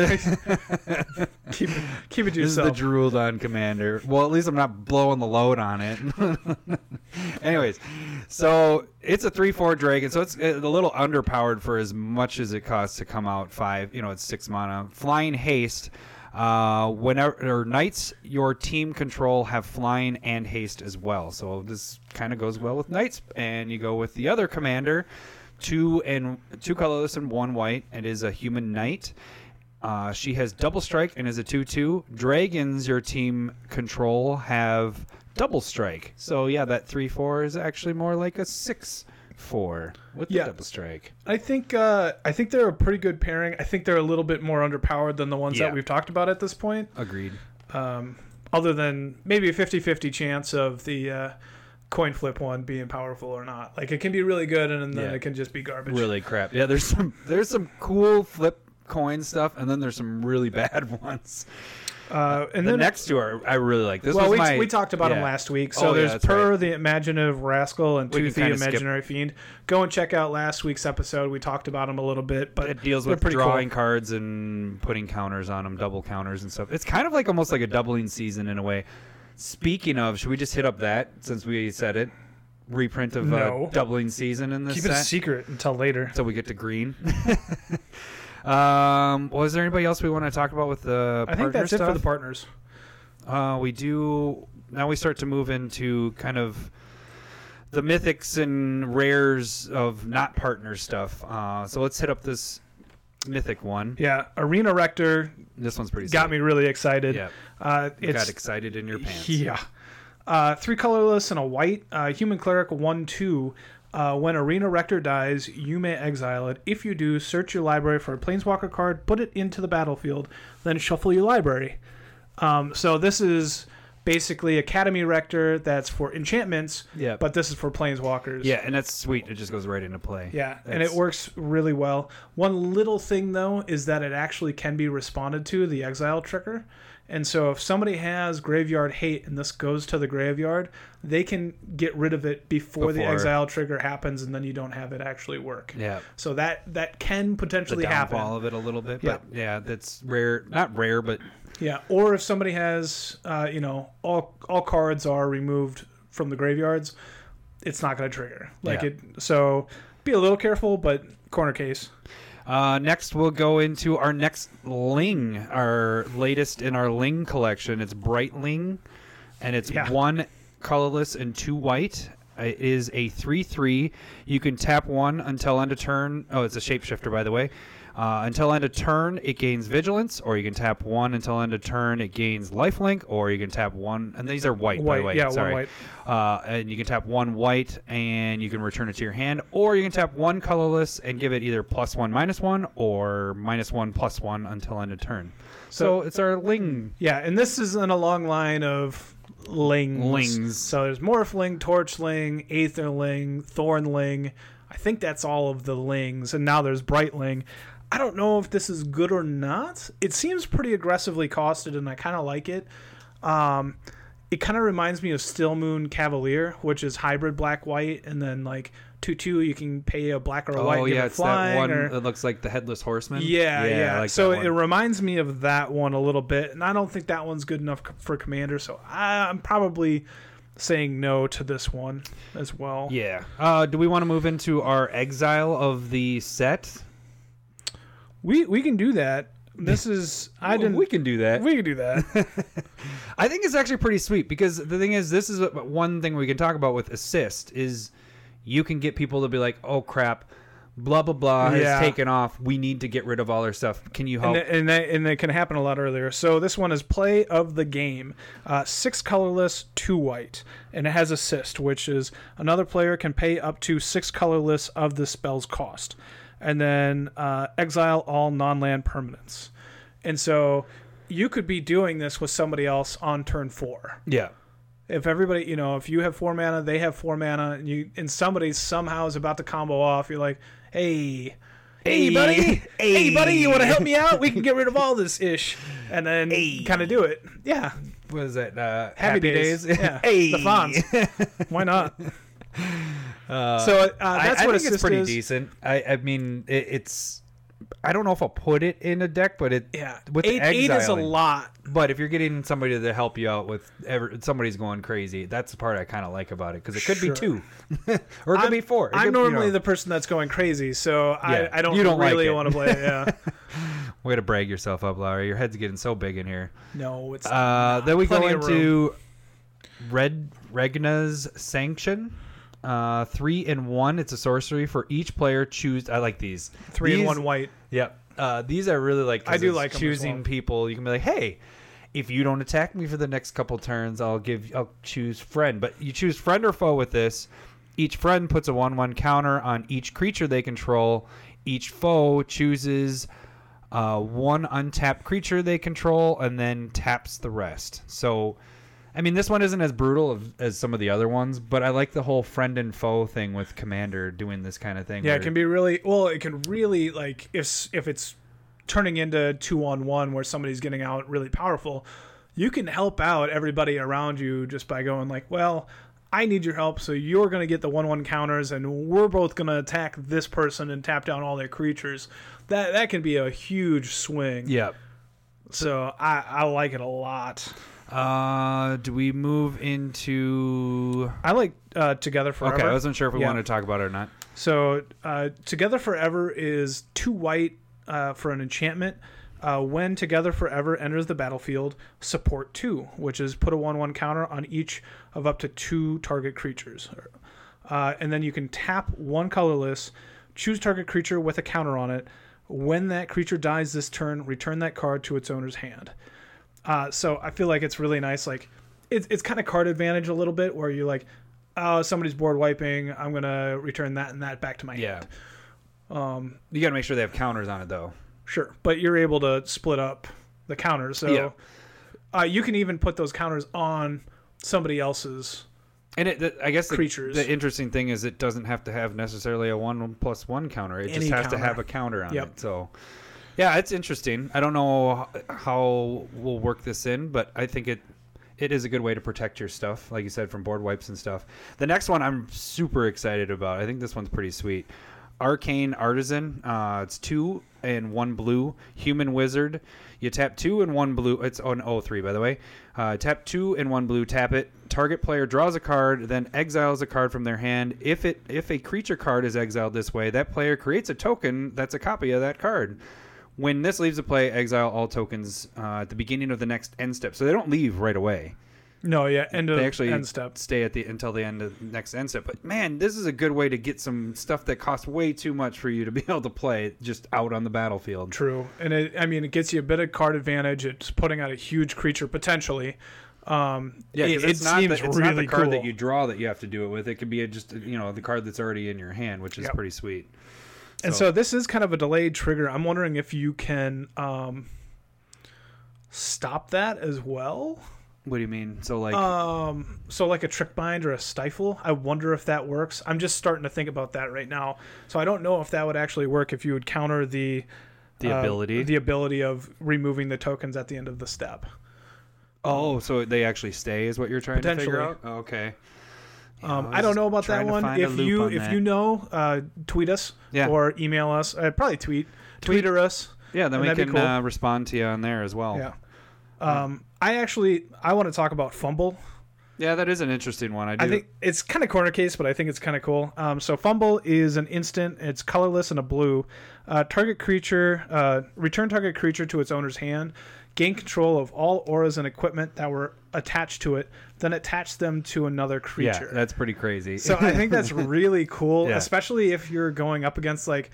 S1: keep keep it to
S2: This is the
S1: yourself.
S2: drooled on commander. Well, at least I'm not blowing the load on it. (laughs) Anyways, so it's a three four dragon, so it's uh, a little underpowered for as much as it costs to come out five. You know, it's six mana. Flying haste. Uh, whenever or knights your team control have flying and haste as well. So this kind of goes well with knights, and you go with the other commander, two and two colorless and one white. It is a human knight. Uh, she has double strike and is a 2 2. Dragons, your team control, have double strike. So, yeah, that 3 4 is actually more like a 6 4 with
S1: Yeah.
S2: the double strike.
S1: I think uh, I think they're a pretty good pairing. I think they're a little bit more underpowered than the ones
S2: Yeah.
S1: that we've talked about at this point.
S2: Agreed.
S1: Um, other than maybe a 50-50 chance of the uh, coin flip one being powerful or not. Like it can be really good and then
S2: Yeah.
S1: it can just be garbage.
S2: Really crap. Yeah, there's some there's some cool flip coin stuff, and then there's some really (laughs) bad ones.
S1: Uh, and
S2: The
S1: then
S2: next two are I really like. This
S1: well,
S2: was
S1: we,
S2: my-
S1: we talked about
S2: yeah.
S1: them last week.
S2: Oh,
S1: So
S2: yeah,
S1: there's
S2: that's
S1: Per the Imaginative Rascal and
S2: We can
S1: Tooth the
S2: kinda skip-
S1: Imaginary Fiend. Go and check out last week's episode. We talked about them a little bit, but
S2: it deals
S1: they're
S2: with
S1: pretty cool.
S2: drawing cards and putting counters on them, double counters and stuff. It's kind of like almost like a doubling season in a way. Speaking of, should we just hit up that since we said it? Reprint of
S1: No.
S2: uh, doubling season in this
S1: Keep it
S2: set,
S1: a secret until later.
S2: so we get to green. (laughs) um, was there anybody else we want to talk about with the?
S1: I think
S2: partner
S1: that's it for
S2: stuff?
S1: the partners.
S2: Uh, we do now. We start to move into kind of the mythics and rares of not partner stuff. Uh, so let's hit up this mythic one.
S1: Yeah, Arena Rector
S2: This one's pretty.
S1: got
S2: sweet.
S1: me really excited.
S2: Yeah.
S1: Uh,
S2: You got
S1: it's
S2: excited in your pants.
S1: Yeah. Uh, three colorless and a white. Uh, Human Cleric 1 2. Uh, when Arena Rector dies, you may exile it. If you do, search your library for a Planeswalker card, put it into the battlefield, then shuffle your library. Um, so this is basically Academy Rector that's for enchantments,
S2: Yeah.
S1: but this is for Planeswalkers.
S2: Yeah, and that's sweet. It just goes right into play.
S1: Yeah, and it
S2: That's-
S1: works really well. One little thing though is that it actually can be responded to the exile trigger. And so if somebody has graveyard hate and this goes to the graveyard, they can get rid of it before, the
S2: Before.
S1: exile trigger happens and then you don't have it actually work.
S2: Yeah.
S1: So that that can
S2: The
S1: potentially happen.
S2: downfall of it a little bit, but yeah, that's rare. Not rare, but
S1: Yeah, or if somebody has uh, you know, all all cards are removed from the graveyards, it's not going to trigger. Like
S2: Yeah.
S1: it so be a little careful, but corner case.
S2: Uh, next, we'll go into our next Ling, our latest in our Ling collection. It's Bright Ling, and it's
S1: Yeah.
S2: one colorless and two white. Uh, It is a 3 3. You can tap one until end of turn. Oh, it's a shapeshifter, by the way. Uh, until end of turn, it gains vigilance, or you can tap one until end of turn, it gains lifelink, or you can tap one. And these are white, by
S1: White,
S2: the way.
S1: yeah, one
S2: sorry.
S1: white.
S2: Uh, and you can tap one white and you can return it to your hand, or you can tap one colorless and give it either plus one, minus one, or minus one, plus one until end of turn. So, it's our Ling.
S1: Yeah, and this is in a long line of lings.
S2: Lings.
S1: So there's Morphling, Torchling, Aetherling, Thornling. I think that's all of the lings, and now there's Brightling. I don't know if this is good or not. It seems pretty aggressively costed, and I kind of like it. Um, it kind of reminds me of Still Moon Cavalier, which is hybrid black white, and then like two two, you can pay a black or a white.
S2: Oh
S1: and give
S2: yeah,
S1: it
S2: it's that
S1: flying,
S2: one
S1: or-
S2: that looks like the headless horseman.
S1: yeah, yeah.
S2: I like
S1: so
S2: that one.
S1: it reminds me of that one a little bit, and I don't think that one's good enough c- for Commander. So I, I'm probably saying no to this one as well.
S2: yeah. Uh, do we want to move into our exile of the set?
S1: We we can do that. This is I didn't.
S2: We
S1: We,
S2: can do that.
S1: can do that.
S2: I think it's actually pretty sweet because the thing is, this is one thing we can talk about with assist is you can get people to be like, "Oh crap, blah blah blah
S1: Yeah.
S2: has taken off. We need to get rid of all our stuff. Can you help?"
S1: and, and that, and that can happen a lot earlier. So this one is play of the game, uh, six colorless, two white, and it has assist, which is another player can pay up to six colorless of the spell's cost, and then uh, exile all non-land permanents. And so you could be doing this with somebody else on turn four.
S2: yeah,
S1: If everybody, you know, if you have four mana, they have four mana, and you and somebody somehow is about to combo off, you're like, hey. Hey buddy, (laughs) hey, buddy, you want to help me out? We can get rid of all this ish, and then kind of do it. Yeah,
S2: What is that? Uh,
S1: happy, days.
S2: (laughs)
S1: Yeah, the fonts. Why not?
S2: Uh,
S1: so uh, that's
S2: I, I
S1: what
S2: think it's
S1: assist
S2: pretty
S1: is.
S2: decent. I, I mean, it, it's. I don't know if I'll put it in a deck, but it.
S1: Yeah,
S2: With
S1: eight, eight is a
S2: exiling.
S1: lot.
S2: But if you're getting somebody to help you out with ever, somebody's going crazy, that's the part I kind of like about it because it could
S1: Sure.
S2: be two, or it could
S1: I'm,
S2: be four. It
S1: I'm
S2: could- you
S1: normally
S2: know.
S1: the person that's going crazy, so
S2: Yeah,
S1: I, I don't,
S2: you don't like
S1: really
S2: it.
S1: want to play. It.
S2: (laughs)
S1: Yeah,
S2: Way to brag yourself up, Larry. Your head's getting so big in here.
S1: no, it's
S2: Uh, then we go
S1: Plenty of
S2: into Red Regna's Sanction. Uh, three and one. It's a sorcery for each player. Choose. I like these.
S1: three and
S2: These-
S1: one white.
S2: Yep. Uh, these I really like. 'cause
S1: I do
S2: it's
S1: like 'em as
S2: choosing
S1: well.
S2: people. You can be like, hey, if you don't attack me for the next couple turns, I'll give. I'll choose friend. But you choose friend or foe with this. Each friend puts a one-one counter on each creature they control. Each foe chooses uh, one untapped creature they control and then taps the rest. So, I mean, this one isn't as brutal of, as some of the other ones, but I like the whole friend and foe thing with Commander doing this kind of thing.
S1: Yeah,
S2: where-
S1: it can be really well. It can really like if s- if it's turning into two on one where somebody's getting out really powerful, you can help out everybody around you just by going like, well, I need your help, so you're gonna get the one one counters, and we're both gonna attack this person and tap down all their creatures. That that can be a huge swing.
S2: Yeah.
S1: So I I like it a lot.
S2: Uh, do we move into?
S1: I like uh, together forever.
S2: Okay, I wasn't sure if we
S1: Yeah.
S2: wanted to talk about it or not.
S1: So, uh, Together Forever is two white uh, for an enchantment. Uh, when Together Forever enters the battlefield, support two, which is put a 1 1 counter on each of up to two target creatures. uh, and then you can tap one colorless, choose target creature with a counter on it. When that creature dies this turn, return that card to its owner's hand. Uh, so I feel like it's really nice. Like it's it's kind of card advantage a little bit, where you're like, oh, somebody's board wiping. I'm gonna return that and that back to my
S2: Yeah.
S1: hand. Um,
S2: you got to make sure they have counters on it though.
S1: Sure, but you're able to split up the counters. So
S2: Yeah.
S1: uh, you can even put those counters on somebody else's.
S2: And it, the, I guess the,
S1: Creatures.
S2: the interesting thing is it doesn't have to have necessarily a one plus one counter. It
S1: Any
S2: just has
S1: counter.
S2: to have a counter on
S1: Yep.
S2: it. So, yeah, it's interesting. I don't know h- how we'll work this in, but I think it it is a good way to protect your stuff, like you said, from board wipes and stuff. The next one I'm super excited about. I think this one's pretty sweet. Arcane Artisan. Uh, it's two and one blue. Human Wizard. You tap two and one blue. It's on 03, by the way. Uh, tap two and one blue. Tap it. Target player draws a card, then exiles a card from their hand. If it if a creature card is exiled this way, that player creates a token that's a copy of that card. When this leaves the play, exile all tokens uh, at the beginning of the next end step. So they don't leave right away
S1: No, yeah, end of
S2: they actually
S1: end step.
S2: stay at the until the end of the next end step. But man, this is a good way to get some stuff that costs way too much for you to (laughs) be able to play just out on the battlefield.
S1: True, and it, I mean, it gets you a bit of card advantage. It's putting out a huge creature potentially. Um,
S2: Yeah,
S1: it,
S2: 'cause
S1: it
S2: it's, not,
S1: seems
S2: the, it's
S1: really
S2: not the card
S1: cool.
S2: that you draw that you have to do it with. It could be a, just you know the card that's already in your hand, which is
S1: Yep.
S2: pretty sweet.
S1: And so this is kind of a delayed trigger. I'm wondering if you can um, stop that as well.
S2: What do you mean? So like,
S1: Um, so like a trick bind or a stifle. I wonder if that works. I'm just starting to think about that right now. So I don't know if that would actually work if you would counter the
S2: The
S1: uh,
S2: ability?
S1: the ability of removing the tokens at the end of the step.
S2: oh, so they actually stay is what you're trying to figure
S1: Potentially.
S2: out. Oh, okay.
S1: Um,
S2: Yeah,
S1: I don't
S2: was
S1: know about that
S2: trying to
S1: one.
S2: find a
S1: If
S2: loop
S1: you
S2: on
S1: if
S2: that.
S1: you know, uh, tweet us
S2: Yeah.
S1: or email us. Uh, probably tweet
S2: Tweet. Oh.
S1: tweeter us.
S2: yeah,
S1: and
S2: then we
S1: that'd
S2: can
S1: be cool.
S2: uh, respond to you on there as well.
S1: Yeah. Um, I actually I want to talk about fumble.
S2: Yeah, that is an interesting one. I do.
S1: I think it's kind of corner case, but I think it's kind of cool. Um, so fumble is an instant. It's colorless and a blue. Uh, target creature, uh, return target creature to its owner's hand. Gain control of all auras and equipment that were attached to it. Then attach them to another
S2: yeah,
S1: creature.
S2: that's pretty crazy.
S1: so I think that's really cool,
S2: Yeah.
S1: especially if you're going up against like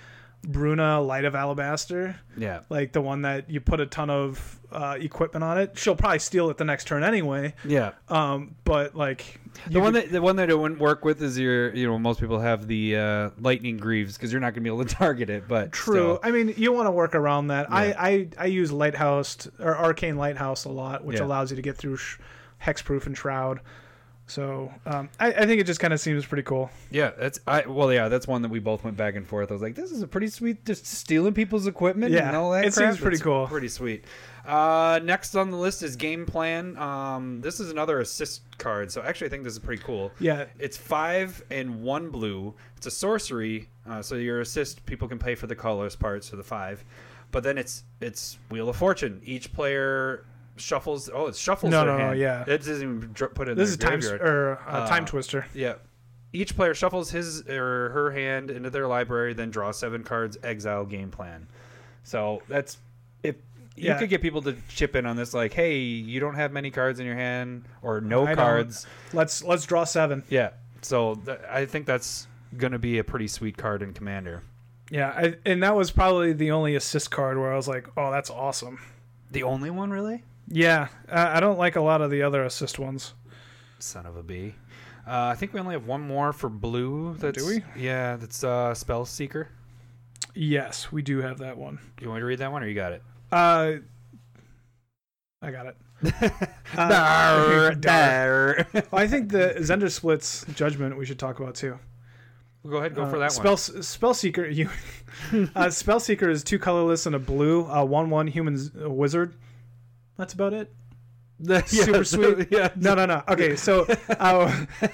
S1: Bruna, Light of Alabaster,
S2: (laughs) yeah.
S1: like the one that you put a ton of uh, equipment on it. She'll probably steal it the next turn anyway. (laughs)
S2: Yeah.
S1: Um, but like
S2: The one that the one that it wouldn't work with is your you know most people have the uh, lightning greaves because you're not gonna be able to (laughs) target it. But
S1: True.
S2: still.
S1: I mean, you want to work around that.
S2: Yeah.
S1: I, I I use Lighthouse t- or Arcane Lighthouse a lot, which
S2: Yeah.
S1: allows you to get through sh- hexproof and shroud. So um, I, I think it just kind of seems pretty cool.
S2: yeah, that's I well yeah that's one that we both went back and forth. I was like, this is a pretty sweet just stealing people's equipment
S1: Yeah,
S2: and all that.
S1: it
S2: crap.
S1: seems pretty
S2: It's
S1: cool.
S2: pretty sweet. Uh, next on the list is game plan. Um, this is another assist card, so actually I think this is pretty cool.
S1: Yeah.
S2: It's five and one blue. It's a sorcery, uh, so your assist people can pay for the colorless parts or the five. But then it's it's Wheel of Fortune. Each player shuffles. Oh, it shuffles.
S1: No,
S2: their
S1: no, no,
S2: hand.
S1: yeah.
S2: It doesn't even dr- put it. In
S1: This
S2: their
S1: is time
S2: graveyard.
S1: or uh,
S2: Uh,
S1: time twister.
S2: Yeah. Each player shuffles his or her hand into their library, then draw seven cards. Exile game plan. So that's if you
S1: Yeah.
S2: could get people to chip in on this, like, hey, you don't have many cards in your hand or
S1: I
S2: no
S1: don't-
S2: cards.
S1: Let's let's draw seven.
S2: Yeah. So th- I think that's going to be a pretty sweet card in Commander.
S1: Yeah, I, and that was probably the only assist card where I was like, oh, that's awesome.
S2: The only one, really?
S1: Yeah, I, I don't like a lot of the other assist ones.
S2: Son of a bee. Uh, I think we only have one more for blue. That's,
S1: we?
S2: Yeah, that's uh, Spell Seeker.
S1: Yes, we do have that one.
S2: You want me to read that one, or you got (laughs) it?
S1: Uh, I got it. Uh,
S2: (laughs) Dar, dar.
S1: Well, I think the Zender Split's judgment we should talk about too.
S2: Go ahead, go for
S1: Uh,
S2: that
S1: spell, one. Spell Seeker, you. (laughs) uh, spell Seeker is two colorless and a blue. Uh, one one human z- uh, wizard. That's about it.
S2: one.
S1: super sweet.
S2: (laughs) Yeah.
S1: No, no, no. Okay, so uh,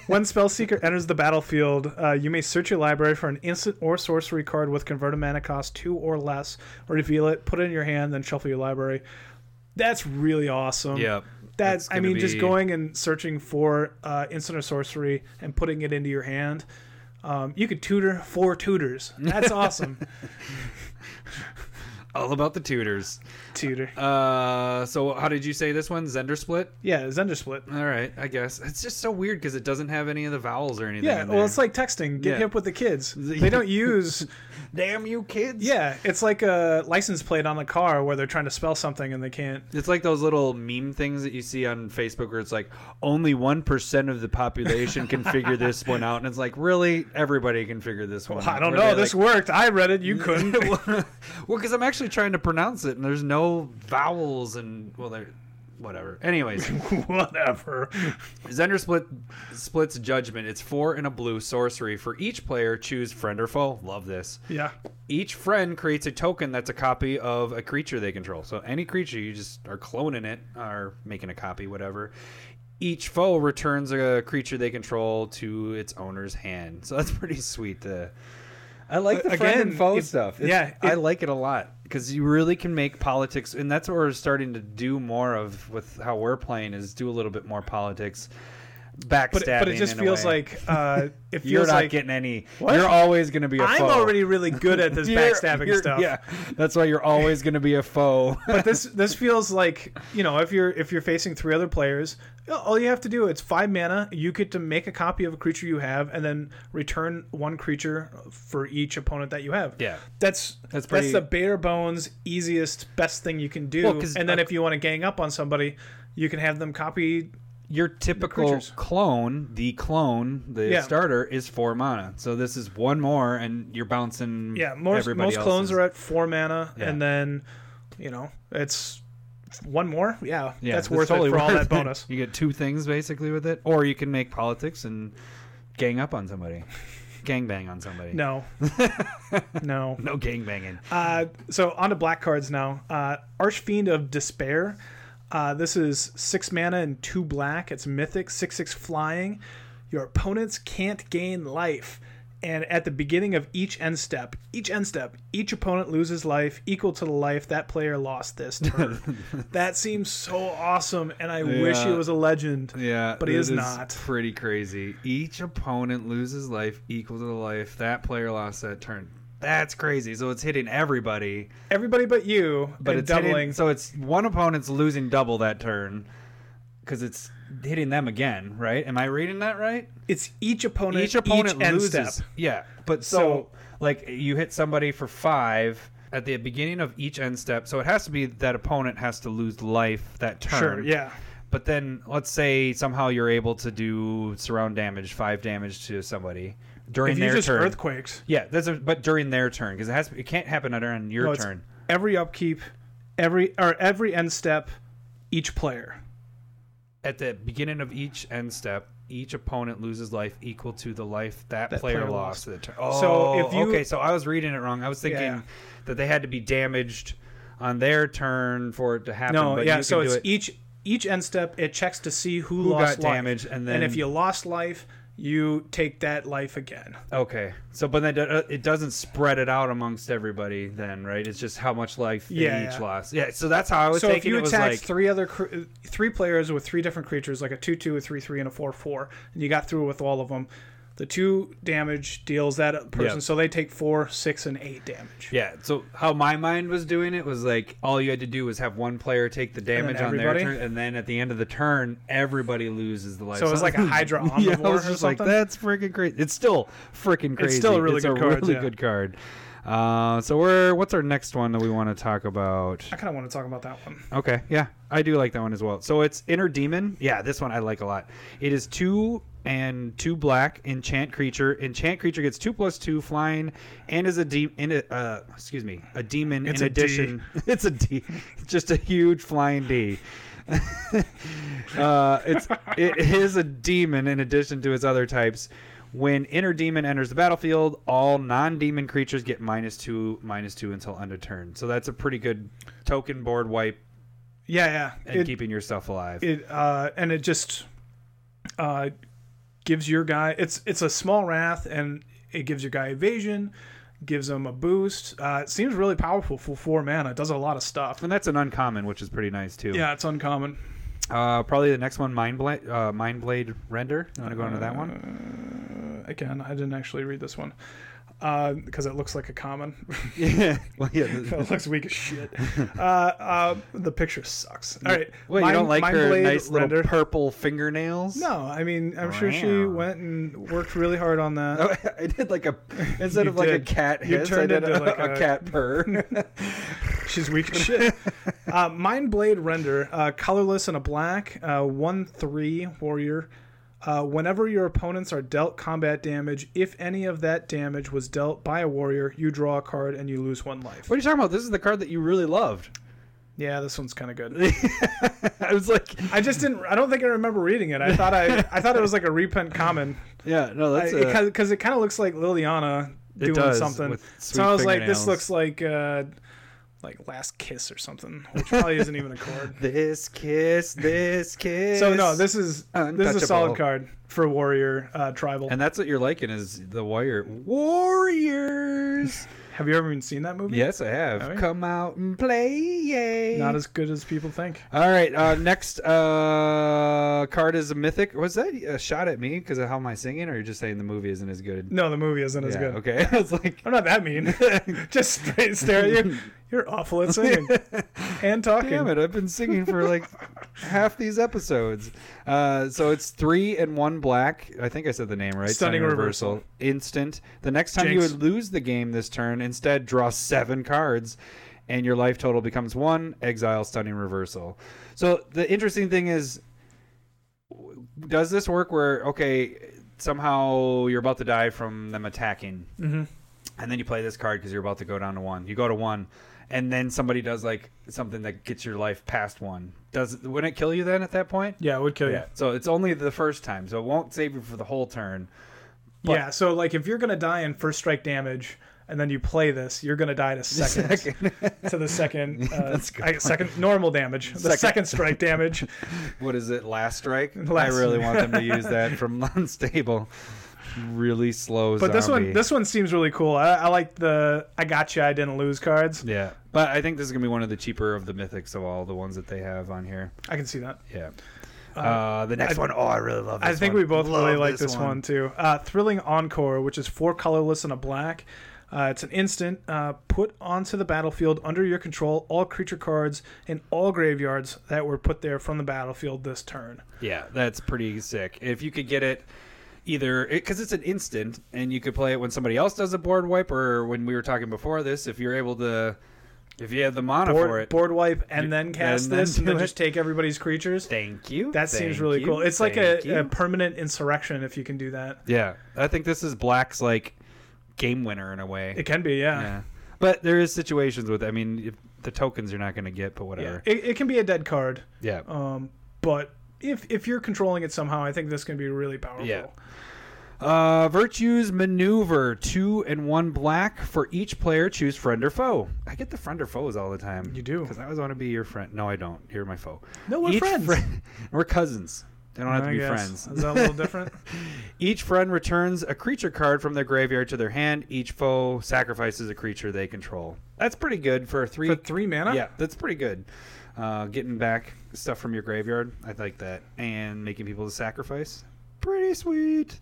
S1: when Spell Seeker enters the battlefield, uh, you may search your library for an instant or sorcery card with converted mana cost two or less, or reveal it, put it in your hand, then shuffle your library. That's really awesome.
S2: Yeah.
S1: That's, I
S2: gonna
S1: mean, just
S2: be-
S1: going and searching for uh, instant or sorcery and putting it into your hand.
S2: (laughs)
S1: Um, you could tutor four tutors. That's awesome.
S2: all about the Tudors.
S1: Tutor.
S2: Uh, so how did you say this one? Zender split.
S1: Yeah, Zender split.
S2: All right, I guess it's just so weird because it doesn't have any of the vowels or anything.
S1: Yeah,
S2: in
S1: well,
S2: there.
S1: it's like texting. Get
S2: Yeah.
S1: hip with the
S2: (laughs)
S1: kids. They don't use.
S2: damn you kids.
S1: Yeah, it's like a license plate on a car where they're trying to spell something and they can't.
S2: It's like those little meme things that you see on Facebook where it's like only 1% of the population can
S1: (laughs)
S2: figure this one out. And it's like, really? Everybody can figure this one out.
S1: I don't
S2: Where
S1: know.
S2: they,
S1: This
S2: like-
S1: worked. I read it.
S2: (laughs)
S1: You couldn't.
S2: well, because I'm actually trying to pronounce it and there's no vowels and, well, there. Whatever. Anyways,
S1: (laughs) Whatever.
S2: Zender split splits judgment. It's four and a blue sorcery for each player. Choose friend or foe. Love this.
S1: Yeah.
S2: Each friend creates a token that's a copy of a creature they control. So any creature, you just are cloning it or making a copy, whatever. Each foe returns a creature they control to its owner's hand. So that's (laughs) pretty sweet. To, I like the friend
S1: Again,
S2: and foe
S1: it-
S2: stuff.
S1: yeah,
S2: I
S1: it-
S2: like it a lot because you really can make politics, and that's what we're starting to do more of with how we're playing is do a little bit more politics, backstabbing.
S1: But, but it just
S2: in a
S1: feels
S2: way.
S1: like uh, it feels
S2: (laughs) you're not
S1: like
S2: getting any.
S1: What?
S2: You're always going to be. a
S1: I'm
S2: foe.
S1: already really good at this
S2: (laughs) You're-
S1: backstabbing
S2: you're-
S1: stuff.
S2: Yeah, that's why you're always going to be a foe.
S1: (laughs) But this this feels like you know if you're if you're facing three other players, all you have to do it's five mana. You get to make a copy of a creature you have, and then return one creature for each opponent that you have.
S2: Yeah.
S1: that's
S2: That's
S1: that's,
S2: pretty-
S1: the bare bones easiest best thing you can do.
S2: Well, 'cause
S1: and then
S2: a-
S1: if you want to gang up on somebody, you can have them copy.
S2: (laughs) Your typical
S1: creatures.
S2: clone, the clone, the
S1: Yeah.
S2: starter is four mana. So this is one more, and you're bouncing.
S1: Yeah, most
S2: everybody
S1: most clones
S2: else's.
S1: are at four mana,
S2: Yeah.
S1: and then you know it's one more. Yeah,
S2: Yeah,
S1: that's
S2: it's
S1: worth
S2: totally
S1: it for all
S2: worth
S1: that bonus.
S2: (laughs) You get two things basically with it, or you can make politics and gang up on somebody, gang bang on somebody.
S1: No, no.
S2: no gang banging.
S1: Uh, so on to black cards now. Uh, Archfiend of Despair. Uh, this is six mana and two black. It's mythic, six six flying. Your opponents can't gain life. And at the beginning of each end step, each end step, each opponent loses life equal to the life that player lost this
S2: (laughs)
S1: turn. that seems so awesome, and I wish he
S2: Yeah.
S1: was a legend.
S2: Yeah,
S1: But he
S2: that
S1: is not.
S2: Pretty crazy. Each opponent loses life equal to the life that player lost that turn. That's crazy. So it's hitting everybody.
S1: Everybody but you,
S2: but
S1: and
S2: it's
S1: doubling.
S2: Hitting, so it's one opponent's losing double that turn because it's hitting them again, right? Am I reading that right?
S1: it's each opponent.
S2: Each opponent
S1: end
S2: loses.
S1: step.
S2: Yeah, but so,
S1: So-
S2: like you hit somebody for five at the beginning of each end step, so it has to be that opponent has to lose life that turn.
S1: Sure. Yeah.
S2: But then let's say somehow you're able to do surround damage, five damage to somebody during
S1: If you
S2: their
S1: just
S2: turn.
S1: earthquakes.
S2: yeah, that's a, but during their turn because it has it can't happen on your
S1: No, it's
S2: turn.
S1: Every upkeep, every or every end step, each player.
S2: At the beginning of each end step, each opponent loses life equal to the life that,
S1: That
S2: player,
S1: player
S2: lost.
S1: lost.
S2: to The turn. Oh,
S1: So if you-
S2: okay. So I was reading it wrong. I was thinking
S1: Yeah.
S2: that they had to be damaged on their turn for it to happen.
S1: No,
S2: but
S1: yeah.
S2: you
S1: So
S2: can do
S1: it's
S2: it
S1: each each end step. It checks to see who,
S2: Who
S1: lost
S2: got
S1: life.
S2: damaged, and then
S1: and if you lost life, you take that life again.
S2: okay. So but then it- it doesn't spread it out amongst everybody. Then right? It's just how much life they
S1: Yeah,
S2: each
S1: yeah.
S2: lost. Yeah. So that's how I was
S1: So if
S2: thinking.
S1: you
S2: it was
S1: attacked
S2: like
S1: three other cr- three players with three different creatures, like a two two, a three three, and a four four, and you got through with all of them, the two damage deals that person.
S2: Yeah.
S1: So they take four, six, and eight damage.
S2: Yeah. So how my mind was doing it was like all you had to do was have one player take the damage on their
S1: everybody?
S2: turn, and then at the end of the turn, everybody loses the life.
S1: So it was like
S2: (laughs)
S1: a Hydra Omnivore
S2: yeah, I was
S1: or
S2: just like,
S1: something?
S2: that's freaking crazy. It's still freaking crazy.
S1: still a really good card,
S2: really
S1: yeah.
S2: good card. Uh, so we're what's our next one that we want to talk about?
S1: I kind of want to talk about that one.
S2: Okay, yeah, I do like that one as well. So it's Inner Demon. Yeah, this one I like a lot. It is two and two black enchant creature. Enchant creature gets two plus two flying, and is a de- in a uh, excuse me a demon.
S1: It's
S2: in
S1: a D. (laughs)
S2: addition, it's a D, just a huge flying D. (laughs) uh, it's it is a demon in addition to its other types. When inner demon enters the battlefield, all non-demon creatures get minus two, minus two until end of turn. So that's a pretty good token board wipe
S1: Yeah, yeah.
S2: and
S1: It-
S2: keeping yourself alive.
S1: it uh and it just uh gives your guy it's it's a small wrath and it gives your guy evasion gives him a boost uh it seems really powerful for four mana it does a lot of stuff
S2: and that's an uncommon, which is pretty nice too.
S1: yeah it's uncommon
S2: Uh, probably the next one, Mind Blade, uh,
S1: Uh,
S2: Mind Blade Render. You want to go into that one?
S1: again i didn't actually read this one because it looks like a common.
S2: (laughs)
S1: (laughs)
S2: Yeah. Well, yeah. the-
S1: it looks weak as
S2: (laughs)
S1: shit. Uh, uh, the picture sucks. All right.
S2: Wait, you
S1: Mind-
S2: don't like
S1: Mind
S2: her
S1: Blade
S2: nice little
S1: render.
S2: purple fingernails?
S1: No, I mean, I'm sure she
S2: Wow.
S1: went and worked really hard on that.
S2: (laughs) Oh, I did
S1: (laughs)
S2: like a instead
S1: You
S2: of like
S1: did.
S2: a cat
S1: You
S2: hiss, I
S1: turned
S2: did
S1: into
S2: a,
S1: like
S2: (laughs) a
S1: a- (laughs)
S2: cat purr.
S1: She's weak as shit. Uh, Mind Blade Render, uh, colorless and a black, uh, 1 3 warrior. Uh, whenever your opponents are dealt combat damage, if any of that damage was dealt by a warrior, you draw a card and you lose one life.
S2: What are you talking about? This is the card that you really loved. (laughs)
S1: Yeah, this one's kind of good.
S2: I was like,
S1: I just didn't. I don't think I remember reading it. I thought I, I thought it was like a reprint common
S2: yeah, no, that's a-
S1: because it, kind of looks like Liliana doing
S2: It does,
S1: something.
S2: with
S1: So
S2: sweet
S1: I was like, this
S2: fingernails.
S1: looks like uh, like Last Kiss or something, which probably isn't even a card.
S2: this kiss, this kiss.
S1: So no, this is this is a
S2: Untouchable.
S1: solid card for warrior uh, tribal.
S2: and that's what you're liking is the warrior warriors.
S1: Have you ever even seen that movie?
S2: yes, I have.
S1: yeah.
S2: Come out and play, yay!
S1: Not as good as people think.
S2: All right, uh, next uh, card is a mythic. Was that a shot at me because of how am I singing, or you're just saying the movie isn't as good?
S1: No, the movie isn't as
S2: Yeah,
S1: good.
S2: Okay, (laughs) I was like,
S1: I'm not that mean. (laughs) Just straight stare at
S2: (laughs)
S1: you. You're awful at singing and talking.
S2: Damn it, I've been singing for like (laughs) half these episodes. Uh, so it's three and one black. I think I said the name right.
S1: Stunning reversal.
S2: Instant. The next time
S1: Jinx.
S2: you would lose the game this turn, instead draw seven cards and your life total becomes one. Exile, stunning reversal. So the interesting thing is does this work where, okay, somehow you're about to die from them attacking?
S1: hmm
S2: and then you play this card because you're about to go down to one. You go to one, and then somebody does like something that gets your life past one. Does wouldn't it kill you then at that point?
S1: Yeah, it would kill you.
S2: So it's only the first time, so it won't save you for the whole turn. But-
S1: Yeah, so like if you're gonna die in first strike damage, and then you play this, you're gonna die to second, to the
S2: (laughs)
S1: second, uh,
S2: That's a good
S1: I- second normal damage, the
S2: Second.
S1: second, strike
S2: (laughs)
S1: damage.
S2: What is it? Last strike.
S1: (laughs) Last-
S2: I really want
S1: (laughs)
S2: them to use that from (laughs) unstable. Really slow.
S1: But this one,
S2: zombie.
S1: this one seems really cool. I, I like the I got you, I didn't lose cards.
S2: Yeah, but I think this is gonna be one of the cheaper of the mythics of all the ones that they have on here.
S1: I can see that.
S2: Yeah. Uh, the next
S1: I-
S2: one, oh, I really love. This
S1: I think
S2: one.
S1: we both
S2: Love
S1: really like this, one. too. Uh, Thrilling Encore, which is four colorless and a black. Uh, it's an instant. Uh, put onto the battlefield under your control all creature cards in all graveyards that were put there from the battlefield this turn.
S2: Yeah, that's pretty sick. If you could get it either because it's an instant and you could play it when somebody else does a board wipe or when we were talking before this, if you're able to, if you have the mana for
S1: board,
S2: it.
S1: board wipe and then cast
S2: and then
S1: this and then
S2: do it.
S1: just take everybody's creatures.
S2: Thank you.
S1: That seems
S2: Thank
S1: really
S2: you.
S1: cool. It's like
S2: Thank
S1: a, a
S2: you.
S1: permanent insurrection if you can do that.
S2: yeah. I think this is Black's like game winner in a way.
S1: It can be, yeah.
S2: yeah. But there is situations with. I mean, if, the tokens you're not going to get, but
S1: yeah.
S2: whatever.
S1: It, it can be a dead card.
S2: Yeah.
S1: Um, but if if you're controlling it somehow, I think this can be really powerful.
S2: Yeah. Uh, virtues maneuver two and one black for each player. Choose friend or foe. I get the friend or foes all the time.
S1: You do.
S2: because I always want to be your friend. No, I don't. You're my foe.
S1: No, we're
S2: Each
S1: friends.
S2: friend- (laughs) we're cousins. They don't have to be friends.
S1: Is that a
S2: (laughs)
S1: little different?
S2: Each friend returns a creature card from their graveyard to their hand. Each foe sacrifices a creature they control. That's pretty good for three.
S1: For three mana?
S2: yeah, that's pretty good. Uh, getting back stuff from your graveyard, I like that, and making people to sacrifice. Pretty sweet.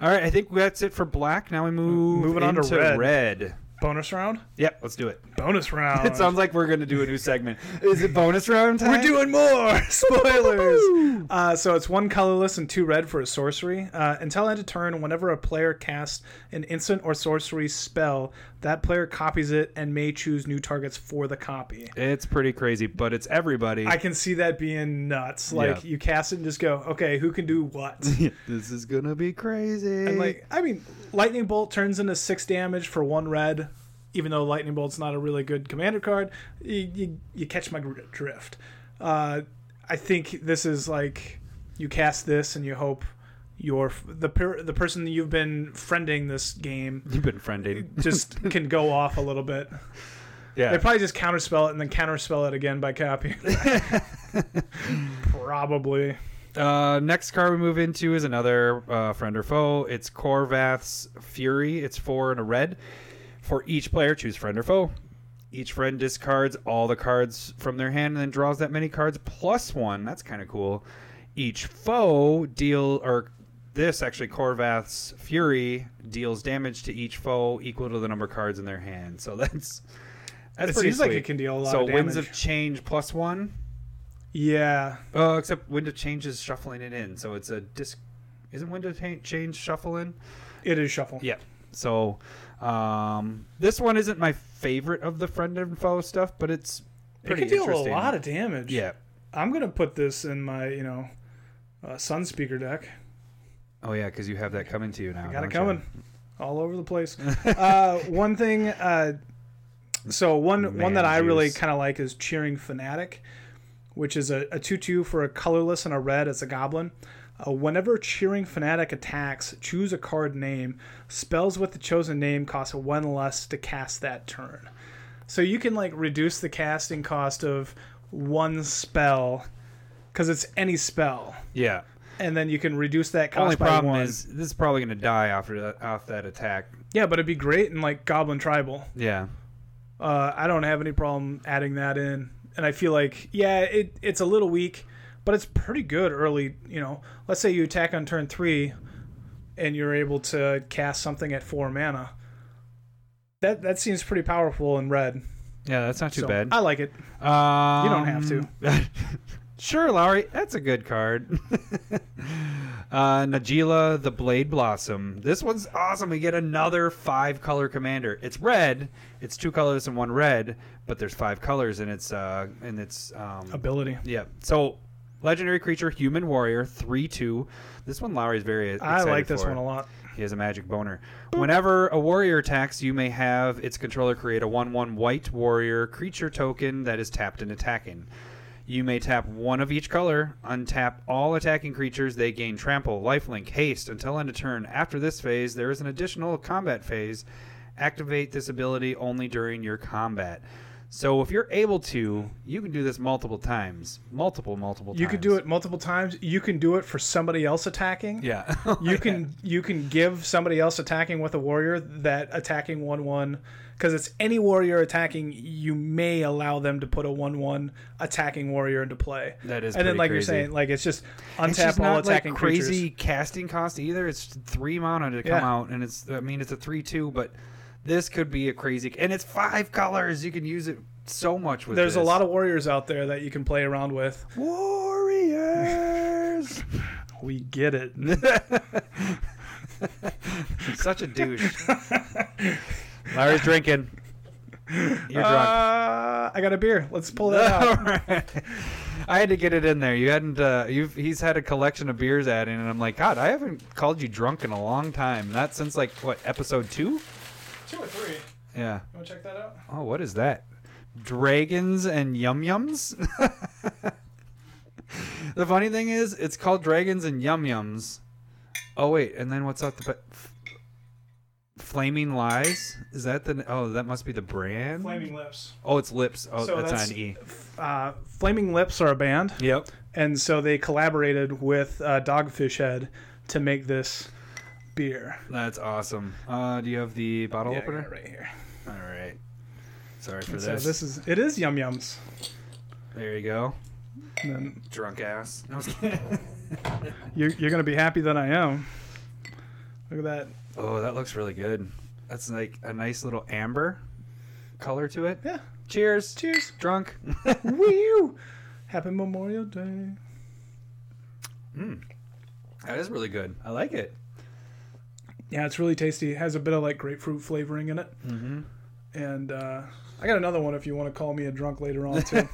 S2: All right, I think that's it for black. Now we move
S1: Moving on to
S2: into
S1: red.
S2: red.
S1: Bonus round?
S2: Yep, let's do it.
S1: Bonus round.
S2: It sounds like we're going to do a new segment. Is it bonus round time?
S1: Uh, (laughs) We're doing
S2: (laughs)
S1: more! Spoilers! uh, so it's one colorless and two red for a sorcery. Uh, until end of turn, whenever a player casts an instant or sorcery spell, that player copies it and may choose new targets for the copy.
S2: It's pretty crazy, but it's everybody.
S1: I can see that being nuts. Like
S2: Yeah.
S1: you cast it and just go, okay, who can do what?
S2: (laughs) this is going to be crazy.
S1: And like, I mean, lightning bolt turns into six damage for one red. Even though lightning bolt's not a really good commander card, you you, you catch my gr- drift. Uh, I think this is like you cast this and you hope your the per, the person that you've been friending this game
S2: You've been friending.
S1: just
S2: (laughs)
S1: can go off a little bit. They
S2: Yeah.
S1: probably just counterspell it and then counterspell it again by
S2: (laughs)
S1: copying. probably.
S2: Uh, next card we move into is another uh, friend or foe. It's Corvath's Fury. It's four and a red. For each player, choose friend or foe. Each friend discards all the cards from their hand and then draws that many cards plus one. That's kind of cool. Each foe deal or this actually Corvath's Fury deals damage to each foe equal to the number of cards in their hand. So (laughs) that's that's
S1: it
S2: pretty
S1: seems like
S2: sweet.
S1: it can deal a lot
S2: so
S1: of damage.
S2: winds of change plus one.
S1: yeah,
S2: Oh, except wind of change is shuffling it in, so it's a disc. Isn't wind of Ta- change shuffling?
S1: it is shuffle.
S2: Yeah. So um, this one isn't my favorite of the friend and foe stuff, but it's
S1: it
S2: pretty
S1: can deal a
S2: interesting.
S1: lot of damage.
S2: yeah.
S1: I'm gonna put this in my you know uh, sun speaker deck.
S2: Oh yeah, because you have that coming to you now.
S1: I got it
S2: don't you?
S1: coming all over the
S2: (laughs)
S1: place. uh, one thing, uh, so one one
S2: Man
S1: that I really
S2: juice.
S1: kind of like is Cheering Fanatic, which is a, a 2 2 for a colorless and a red as a goblin. Uh, whenever Cheering Fanatic attacks, choose a card name. Spells with the chosen name cost one less to cast that turn. So you can like reduce the casting cost of one spell because it's any spell.
S2: Yeah.
S1: And then you can reduce that cost
S2: Only
S1: by
S2: problem
S1: one.
S2: is this is probably going to die after that, off that attack.
S1: Yeah, but it'd be great in like Goblin Tribal.
S2: Yeah.
S1: Uh, I don't have any problem adding that in, and I feel like yeah, it it's a little weak, but it's pretty good early. You know, let's say you attack on turn three, and you're able to cast something at four mana. That that seems pretty powerful in red.
S2: Yeah, that's not too
S1: so
S2: bad.
S1: I like it.
S2: Um, (laughs)
S1: don't have
S2: to. sure, Lowry. That's a good card. (laughs) uh, Najila, the Blade Blossom. This one's awesome. We get another five color commander. It's red. It's two colors and one red, but there's five colors and it's uh and it's um
S1: Ability.
S2: yeah. So legendary creature, human warrior, three two. This one Lowry's very
S1: I
S2: excited
S1: like this
S2: for.
S1: one a lot.
S2: He has a magic boner. Whenever a warrior attacks, you may have its controller create a 1 1 white warrior creature token that is tapped and attacking. You may tap one of each color, untap all attacking creatures, they gain trample, lifelink, haste until end of turn. After this phase, there is an additional combat phase. Activate this ability only during your combat. So if you're able to, you can do this multiple times. Multiple, multiple times.
S1: You could do it multiple times. You can do it for somebody else attacking.
S2: Yeah. (laughs)
S1: you can you can give somebody else attacking with a warrior that attacking one one because it's any warrior attacking you may allow them to put a one one attacking warrior into play
S2: That is
S1: and then like
S2: pretty crazy.
S1: you're saying like it's just untap
S2: It's just
S1: all
S2: not
S1: attacking
S2: like crazy
S1: creatures
S2: casting cost either. It's three mana to come
S1: Yeah.
S2: out, and it's I mean it's a three two, but this could be a crazy and it's five colors. You can use it so much with.
S1: there's a
S2: this.
S1: lot of warriors out there that you can play around with (laughs)
S2: warriors.
S1: we get it
S2: Such
S1: (laughs)
S2: a douche. Larry's drinking. You're drunk.
S1: uh, i got a beer let's (laughs) pull
S2: (laughs)
S1: that
S2: All
S1: out
S2: right. Oh, I had to get it in there. You hadn't. Uh, you've. He's had a collection of beers added, and I'm like, God, I haven't called you drunk in a long time. Not since like what episode two?
S1: two or three you
S2: Yeah.
S1: want to check that out
S2: Oh, what is that? Dragons and yum yums? (laughs) the funny thing is, it's called Dragons and Yum Yums. Oh wait, and then what's up the ba- F- Flaming Lies? Is that the Oh, that must be the brand.
S1: flaming lips
S2: Oh, it's Lips. Oh,
S1: So
S2: that's,
S1: that's-
S2: on E.
S1: uh, flaming lips are a band
S2: Yep.
S1: and so they collaborated with uh, Dogfish Head to make this beer.
S2: That's awesome. Uh, do you have the bottle
S1: Yeah, I got it
S2: opener?
S1: right here.
S2: All right. Sorry for
S1: So
S2: this.
S1: this is it is yum yums.
S2: There you go.
S1: And then (laughs)
S2: Drunk ass. No, I'm just kidding.
S1: you're you're gonna be happy that I am. Look at that.
S2: Oh, that looks really good. That's like a nice little amber color to it.
S1: Yeah.
S2: Cheers. (laughs)
S1: Cheers.
S2: Drunk.
S1: Woo! Happy Memorial Day.
S2: That is really good. I like it.
S1: Yeah, it's really tasty. It has a bit of like grapefruit flavoring in it. Mm-hmm. And uh, I got another one if you want to call me a drunk later on
S2: (laughs)
S1: too.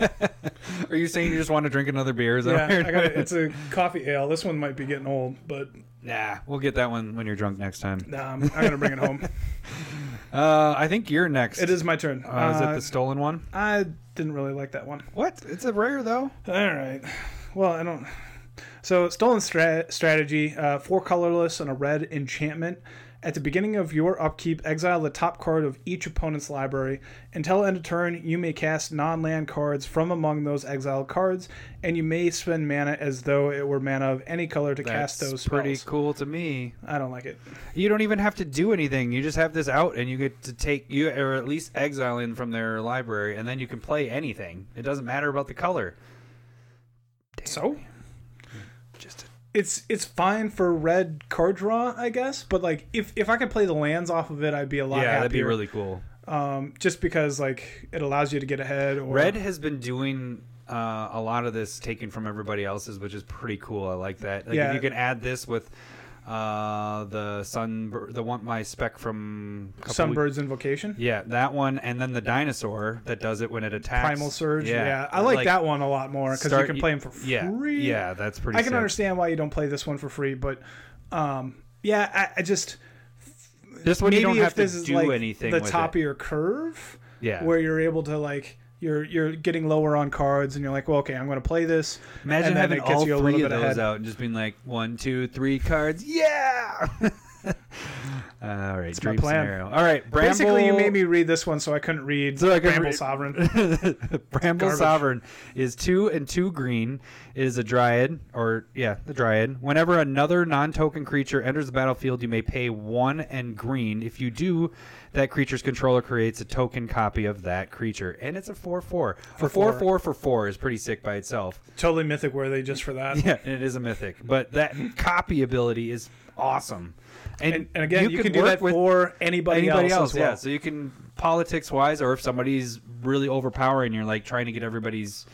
S2: Are you saying you just want to drink another beer? Is that
S1: yeah,
S2: what
S1: I
S2: you're
S1: got
S2: doing?
S1: it's a coffee ale. This one might be getting old, but
S2: Nah, we'll get that one when you're drunk next (laughs) time.
S1: nah, I'm, I'm gonna bring it
S2: (laughs)
S1: home.
S2: Uh, I think you're next.
S1: It is my turn.
S2: Uh, is
S1: Uh,
S2: it the stolen one?
S1: I didn't really like that one.
S2: What? It's a rare though.
S1: All right. Well, I don't. So, stolen stra- strategy: uh, four colorless and a red enchantment. At the beginning of your upkeep, exile the top card of each opponent's library. Until end of turn, you may cast non-land cards from among those exiled cards, and you may spend mana as though it were mana of any color to cast
S2: That's
S1: those
S2: pretty
S1: spells.
S2: cool to me.
S1: I don't like it.
S2: You don't even have to do anything. You just have this out, and you get to take you or at least exile in from their library, and then you can play anything. It doesn't matter about the color.
S1: So,
S2: Just a
S1: it's it's fine for red card draw, I guess. But like, if if I could play the lands off of it, I'd be a lot
S2: yeah,
S1: happier.
S2: that'd be really cool.
S1: um, just because like it allows you to get ahead. Or,
S2: Red has been doing uh, a lot of this taken from everybody else's, which is pretty cool. I like that. Like
S1: Yeah.
S2: if you can add this with uh, the sun, the one my spec from a couple weeks-
S1: Sunbird's Invocation,
S2: Yeah, that one, and then the dinosaur that does it when it attacks.
S1: Primal Surge. Yeah, I like, that one a lot more because you
S2: start-
S1: can play them for
S2: Yeah,
S1: free.
S2: yeah, that's pretty.
S1: I can
S2: sick.
S1: understand why you don't play this one for free, but um, yeah, I, I just
S2: This one
S1: maybe
S2: you don't
S1: if
S2: have to
S1: this is
S2: do
S1: like
S2: anything.
S1: the
S2: with
S1: top
S2: it.
S1: of your curve,
S2: yeah.
S1: where you're able to like you're you're getting lower on cards, and you're like, well, okay, I'm going to play this. and
S2: Imagine
S1: then
S2: having
S1: it gets
S2: all
S1: you a
S2: three
S1: little
S2: of
S1: bit
S2: those uh,
S1: ahead.
S2: out and just being like one, two, three cards. Yeah. (laughs) all right, dream
S1: plan.
S2: scenario. All right, Bramble.
S1: Basically, you made me read this one, so I couldn't read
S2: So I couldn't
S1: Bramble
S2: read-
S1: Sovereign.
S2: (laughs) Bramble
S1: Garbage.
S2: Sovereign is two and two green. It is a dryad, or yeah, the dryad. Whenever another non-token creature enters the battlefield, you may pay one and green. If you do, that creature's controller creates a token copy of that creature, and it's a four-four. a
S1: four.
S2: four-four for four is pretty sick by itself.
S1: totally mythic worthy just for that.
S2: Yeah, and it is a mythic, but that copy ability is awesome.
S1: And, and again, you, can, do that
S2: work
S1: for anybody,
S2: anybody
S1: else,
S2: else,
S1: as well.
S2: yeah. So you can politics wise, or if somebody's really overpowering, you're like trying to get everybody's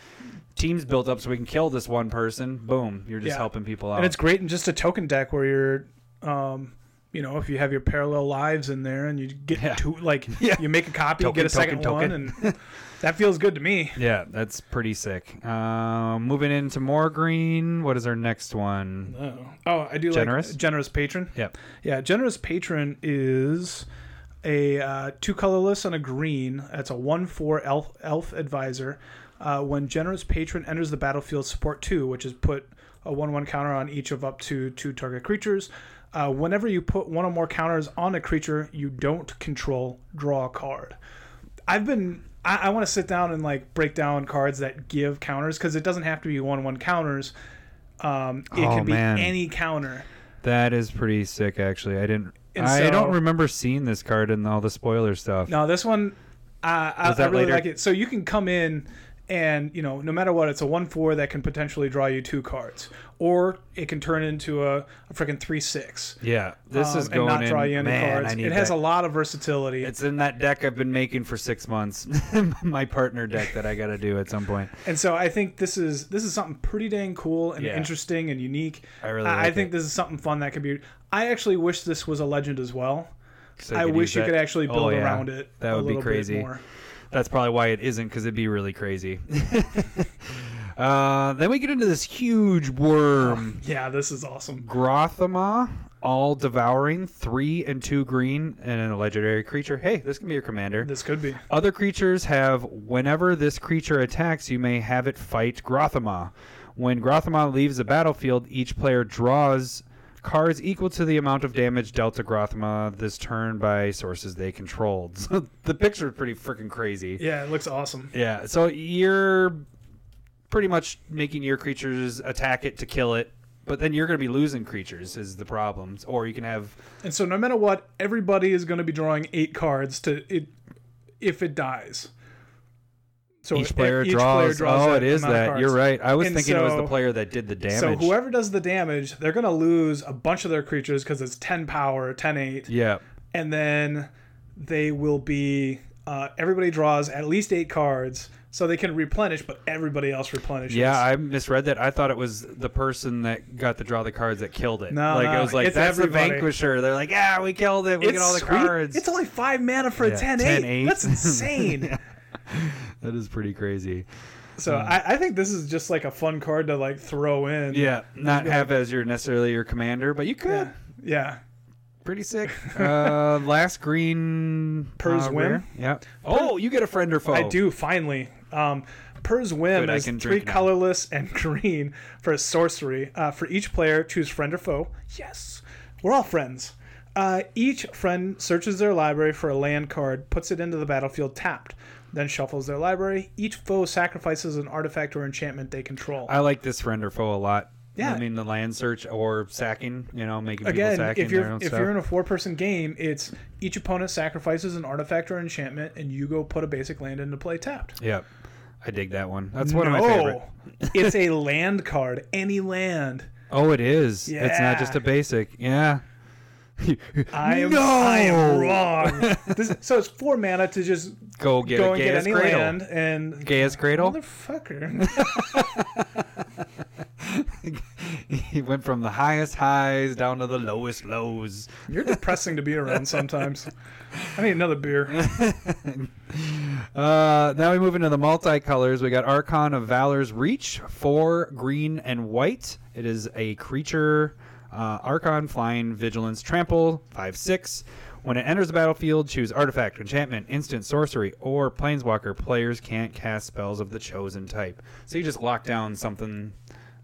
S2: teams built up so we can kill this one person. Boom, you're just
S1: Yeah.
S2: helping people out.
S1: And it's great in just a token deck where you're, um, you know, if you have your parallel lives in there and you get
S2: Yeah.
S1: two, like
S2: (laughs) Yeah.
S1: you make a copy,
S2: Token,
S1: you get a second
S2: token,
S1: one, and (laughs) that feels good to
S2: (laughs)
S1: me.
S2: yeah, that's pretty sick. Um, moving into more green. What is our next one?
S1: Oh, oh I do
S2: Generous?
S1: like generous patron.
S2: Yep.
S1: Yeah, generous patron is a uh, two colorless and a green. That's a one four elf elf advisor. Uh, when generous patron enters the battlefield, support two, which is put a one one counter on each of up to two target creatures. Uh, whenever you put one or more counters on a creature you don't control, draw a card. I've been I, I want to sit down and like break down cards that give counters because it doesn't have to be one one counters. Um, it
S2: Oh,
S1: can be
S2: man.
S1: any counter.
S2: That is pretty sick. Actually, I didn't.
S1: And
S2: I
S1: so-
S2: don't remember seeing this card in all the spoiler stuff.
S1: No, this one, I I,
S2: Was that
S1: I really
S2: later?
S1: like it. So you can come in, and you know, no matter what, it's a one four that can potentially draw you two cards, or it can turn into a, a freaking three six.
S2: Yeah, this is
S1: Um,
S2: going
S1: and not draw
S2: in.
S1: you any
S2: man,
S1: cards.
S2: I need
S1: It has
S2: that.
S1: a lot of versatility,
S2: It's in that deck I've been making for six months. (laughs) My partner deck that I got to do at some point.
S1: and so I think this is this is something pretty dang cool and
S2: Yeah.
S1: interesting and unique.
S2: I really
S1: I, I
S2: like
S1: think
S2: it.
S1: this is something fun that could be. I actually wish this was a legend as well.
S2: 'Cause
S1: I
S2: could
S1: wish
S2: use
S1: you
S2: that-
S1: could actually
S2: Oh,
S1: build
S2: yeah.
S1: around it.
S2: That
S1: a
S2: would be
S1: little bit
S2: crazy.
S1: more.
S2: That's probably why it isn't because it'd be really crazy. (laughs) uh, then we get into this huge worm,
S1: Yeah, this is awesome.
S2: Grothama, all devouring, three and two green, and a legendary creature. Hey, this can be your commander.
S1: This could be.
S2: Other creatures have whenever this creature attacks, you may have it fight Grothama. When Grothama leaves the battlefield, each player draws cards equal to the amount of damage dealt to Grothama this turn by sources they controlled. (laughs) So the picture is pretty freaking crazy.
S1: Yeah, it looks awesome.
S2: Yeah, so you're pretty much making your creatures attack it to kill it, but then you're going to be losing creatures is the problem. Or you can have
S1: And so no matter what, everybody is going to be drawing eight cards to it if it dies. So
S2: each
S1: if
S2: player,
S1: each
S2: draws,
S1: player draws.
S2: Oh,
S1: that
S2: it is
S1: amount of
S2: that.
S1: cards.
S2: You're right. I was
S1: And
S2: thinking it was the
S1: so-
S2: player that did the damage.
S1: So whoever does the damage, they're going to lose a bunch of their creatures because it's 10 power, 10 8,
S2: Yeah.
S1: and then they will be uh, everybody draws at least eight cards, so they can replenish, but everybody else replenishes.
S2: Yeah, I misread that. I thought it was the person that got to draw the cards that killed it.
S1: No,
S2: like
S1: no,
S2: I was like,
S1: it's
S2: that's
S1: everybody.
S2: the vanquisher. They're like, yeah, we killed it. We
S1: it's
S2: get all the
S1: sweet.
S2: cards.
S1: It's only five mana for
S2: Yeah,
S1: a 10 8.
S2: 10-8. (laughs)
S1: That's insane.
S2: that is pretty crazy.
S1: So
S2: Mm.
S1: I, I think this is just like a fun card to like throw in.
S2: Yeah, not have as your necessarily your commander, but you could.
S1: Yeah. Yeah. (laughs)
S2: Pretty sick. Uh, last green
S1: Purr's
S2: uh,
S1: Whim?
S2: rare. Yeah. Oh, you get a friend or foe.
S1: I do finally. Um, Purr's Whim
S2: Good, I
S1: is
S2: can
S1: three
S2: drink now.
S1: colorless and (laughs) green for a sorcery. Uh, for each player, choose friend or foe. Yes, we're all friends. Uh, each friend searches their library for a land card, puts it into the battlefield tapped, then shuffles their library. Each foe sacrifices an artifact or enchantment they control.
S2: I like this friend or foe a lot.
S1: Yeah.
S2: I mean the land search or sacking. You know, making people
S1: Again,
S2: sacking
S1: if
S2: their
S1: you're
S2: own
S1: if
S2: stuff.
S1: you're in a four-person game, it's each opponent sacrifices an artifact or enchantment, and you go put a basic land into play tapped.
S2: yeah. I dig that one. That's one
S1: no,
S2: of my favorite.
S1: it's a land card, any land.
S2: Oh, it is. It's not just
S1: Yeah.
S2: a basic. Yeah.
S1: I am,
S2: No!
S1: I am wrong. This- so it's four mana to just
S2: Go get
S1: go
S2: a
S1: and
S2: gay
S1: get
S2: ass
S1: any
S2: cradle.
S1: land and
S2: Gay ass cradle.
S1: motherfucker.
S2: (laughs) he went from the highest highs down to the lowest lows.
S1: You're depressing to be around sometimes. I need another
S2: (laughs)
S1: beer.
S2: Uh, now we move into the multicolors. We got Archon of Valor's Reach, four green and white. It is a creature. Uh, Archon flying vigilance trample five six. When it enters the battlefield, choose artifact, enchantment, instant, sorcery, or planeswalker. Players can't cast spells of the chosen type. So you just lock down something,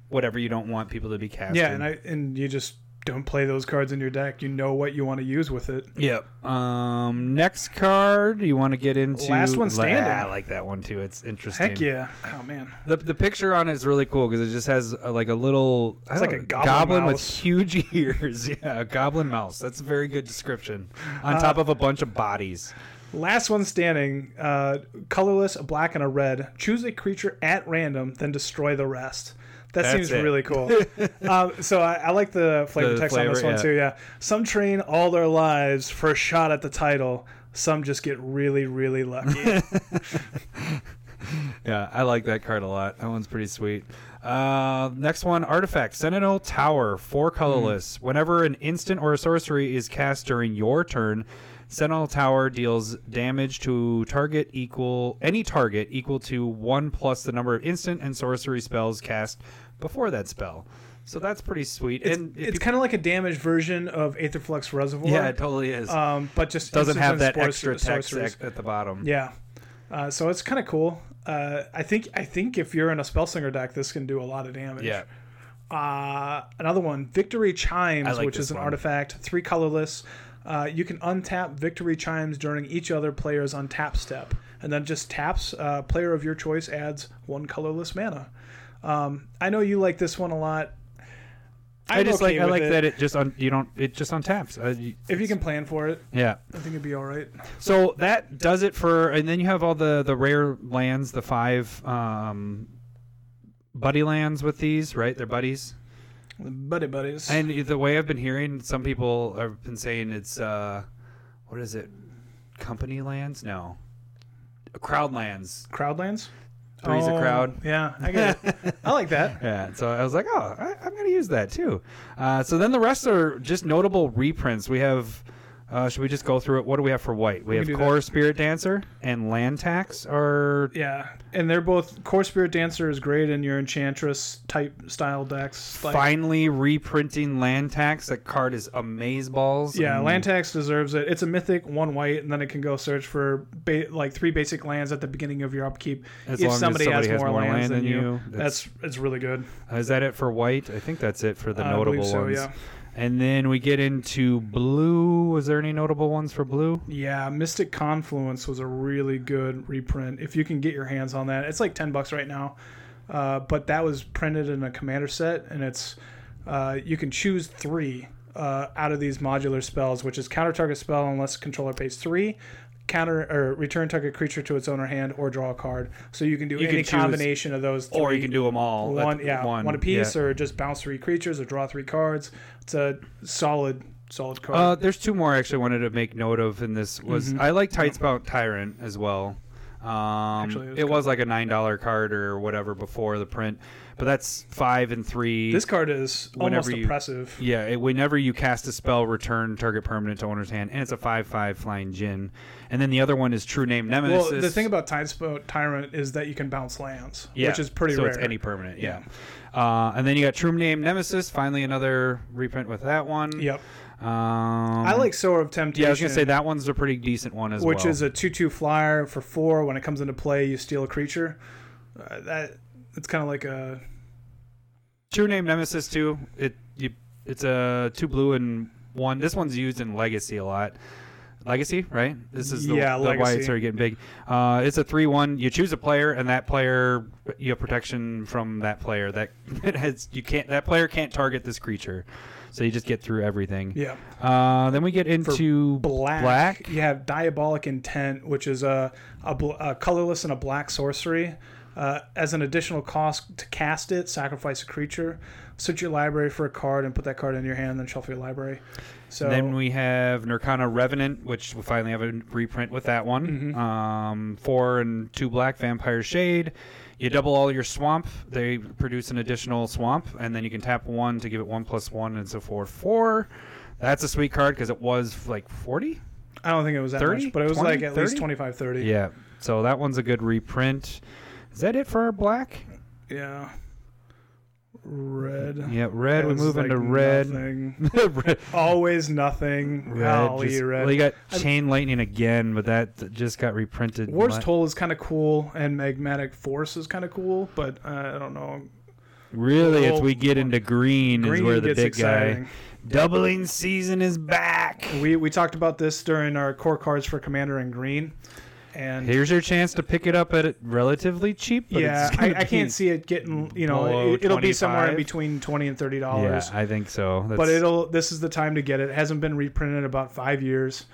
S2: whatever you don't want people to be casting.
S1: Yeah, and I and you just don't play those cards in your deck. You know what you want to use with it.
S2: Yep. Um, next card you want to get into.
S1: Last one standing.
S2: I like that one too. It's interesting.
S1: Heck yeah! Oh man,
S2: The, the picture on it is really cool because it just has uh like a little I
S1: It's
S2: don't
S1: like a
S2: know,
S1: goblin
S2: with
S1: mouse.
S2: huge (laughs) ears. Yeah, a goblin mouse. That's a very good description.
S1: Uh,
S2: On top of a bunch of bodies.
S1: last one standing. Uh, colorless, a black, and a red. Choose a creature at random, then destroy the rest. That
S2: That's
S1: seems
S2: it.
S1: really cool.
S2: (laughs)
S1: um, so I, I like the flavor
S2: The
S1: text on this
S2: flavor,
S1: one
S2: yeah.
S1: too. Yeah, some train all their lives for a shot at the title. Some just get really, really
S2: (laughs)
S1: lucky.
S2: Yeah, I like that card a lot. That one's pretty sweet. Uh, next one, artifact Sentinel Tower,
S1: Hmm.
S2: four colorless. Whenever an instant or a sorcery is cast during your turn, Sentinel Tower deals damage to target equal any target equal to one plus the number of instant and sorcery spells cast before that spell. So that's pretty sweet. and
S1: it's kind of like a damaged version of Aetherflux Reservoir.
S2: yeah, it totally is.
S1: um, but just
S2: Doesn't
S1: instants
S2: have
S1: and
S2: that
S1: spor-
S2: extra text
S1: sorceries.
S2: at the bottom.
S1: Yeah, uh, so it's kind of cool. Uh, I think I think if you're in a Spellslinger deck, this can do a lot of damage.
S2: Yeah.
S1: Uh, another one, Victory
S2: I
S1: Chimes,
S2: like
S1: which
S2: this
S1: is an
S2: one.
S1: artifact, three colorless. Uh, you can untap Victory Chimes during each other player's untap step, and then just taps. Uh, player of your choice adds one colorless mana. Um, I know you like this one a lot.
S2: I
S1: I'm
S2: just
S1: okay
S2: like I
S1: with
S2: like
S1: it.
S2: that it just un, you don't it just untaps. Uh, you-
S1: If you can plan for it,
S2: yeah.
S1: I think it'd be all right.
S2: So that does it for, and then you have all the the rare lands, the five um, buddy lands with these, right? They're buddies.
S1: Buddy buddies.
S2: And the way I've been hearing, some people have been saying it's uh, what is it? Company lands? No, crowd lands.
S1: Crowdlands. Oh,
S2: Three's a crowd.
S1: Yeah, I get
S2: (laughs)
S1: it. I like that.
S2: Yeah, so I was like, oh, I, I'm gonna use that too. Uh, so then the rest are just notable reprints. We have, uh, should we just go through it? What do we have for white? We,
S1: can
S2: have
S1: do
S2: Core Spirit Dancer and Land Tax are
S1: Yeah, and they're both core spirit dancer is great in your enchantress type style decks. Like,
S2: finally reprinting land tax that card is amazeballs
S1: yeah,
S2: and
S1: land tax deserves it. It's a mythic, one white, and then it can go search for ba- like three basic lands at the beginning of your upkeep.
S2: As long as somebody has more land than you,
S1: that's it's really good.
S2: is that it for white i think that's it for the
S1: Uh, I
S2: notable
S1: believe so,
S2: ones
S1: yeah.
S2: and then we get into blue was there any notable ones for blue
S1: Yeah, Mystic Confluence was a really good reprint. If you can get your hands on that, it's like ten bucks right now. Uh, but that was printed in a commander set, and it's uh, you can choose three uh, out of these modular spells, which is counter target spell unless controller pays three, counter or return target creature to its owner hand, or draw a card. So you can do
S2: can
S1: any
S2: choose-
S1: combination of those. Three
S2: or you can do them all at
S1: one
S2: the-
S1: yeah one,
S2: one
S1: a piece
S2: yeah.
S1: or just bounce three creatures or draw three cards it's a solid solid card
S2: uh, there's two more I actually wanted to make note of in this was
S1: Mm-hmm.
S2: I like Tightspout Tyrant as well. Um,
S1: Actually, it was
S2: it was like a nine dollar card or whatever before the print, but that's five and three.
S1: this card is almost
S2: whenever you-
S1: impressive
S2: Yeah, it, whenever you cast a spell, return target permanent to owner's hand, and it's a five-five flying Jin. And then the other one is True Name Nemesis.
S1: Well, the thing about Time Spout Tyrant is that you can bounce lands,
S2: yeah,
S1: which is pretty
S2: so
S1: rare.
S2: it's any permanent. Yeah, Uh, and then you got True Name Nemesis. Finally, another reprint with that one.
S1: Yep.
S2: Um,
S1: I like Sower of Temptation.
S2: Yeah, I was gonna say that one's a pretty decent one as
S1: which
S2: well.
S1: is a two-two flyer for four. When it comes into play, you steal a creature. Uh, that it's kind of like a
S2: True Name Nemesis too. It you, it's a two blue and one. This one's used in Legacy a lot. Legacy, right? This is the,
S1: Yeah,
S2: the why
S1: Legacy.
S2: it's already getting big. Uh, it's a three-one. You choose a player, and that player you have protection from that player. That (laughs) it has you can't that player can't target this creature, so you just get through everything.
S1: yeah
S2: Uh, then we get into
S1: black.
S2: black.
S1: You have Diabolic Intent, which is a a, bl- a colorless and a black sorcery. Uh, as an additional cost to cast it, sacrifice a creature, search your library for a card, and put that card in your hand, then shuffle your library. So
S2: Then we have Nurkana Revenant, which we finally have a reprint with that one.
S1: Mm-hmm.
S2: Um, four and two black Vampire Shade. You double all your swamp. They produce an additional swamp, and then you can tap one to give it one plus one, and it's a four four. That's a sweet card because it was like forty.
S1: I don't think it was that
S2: 30?
S1: much, but it was
S2: 20?
S1: like at least
S2: 30?
S1: 25, 30.
S2: Yeah, so that one's a good reprint. Is that it for our black?
S1: Yeah. Red.
S2: Yeah, red. We
S1: It's
S2: move
S1: like
S2: into red.
S1: nothing.
S2: (laughs) red.
S1: Always nothing. Golly,
S2: just-
S1: red.
S2: Well, you got chain lightning again, but that just got reprinted.
S1: War's
S2: la-
S1: Toll is kind of cool, and Magmatic Force is kind of cool, but uh, I don't know.
S2: Really,
S1: Well,
S2: if we get into green, is
S1: Green
S2: where the
S1: gets
S2: big
S1: exciting.
S2: guy. Doubling season is back.
S1: We we talked about this during our core cards for Commander and Green, and
S2: Here's your chance to pick it up at a relatively cheap. But
S1: yeah,
S2: it's
S1: I,
S2: gonna
S1: I can't
S2: be-
S1: see it getting you know
S2: below
S1: it, will be somewhere in
S2: 25.
S1: between twenty and thirty
S2: Yeah,
S1: dollars.
S2: I think so. That's,
S1: but it'll this is the time to get it. It hasn't been reprinted in about five years.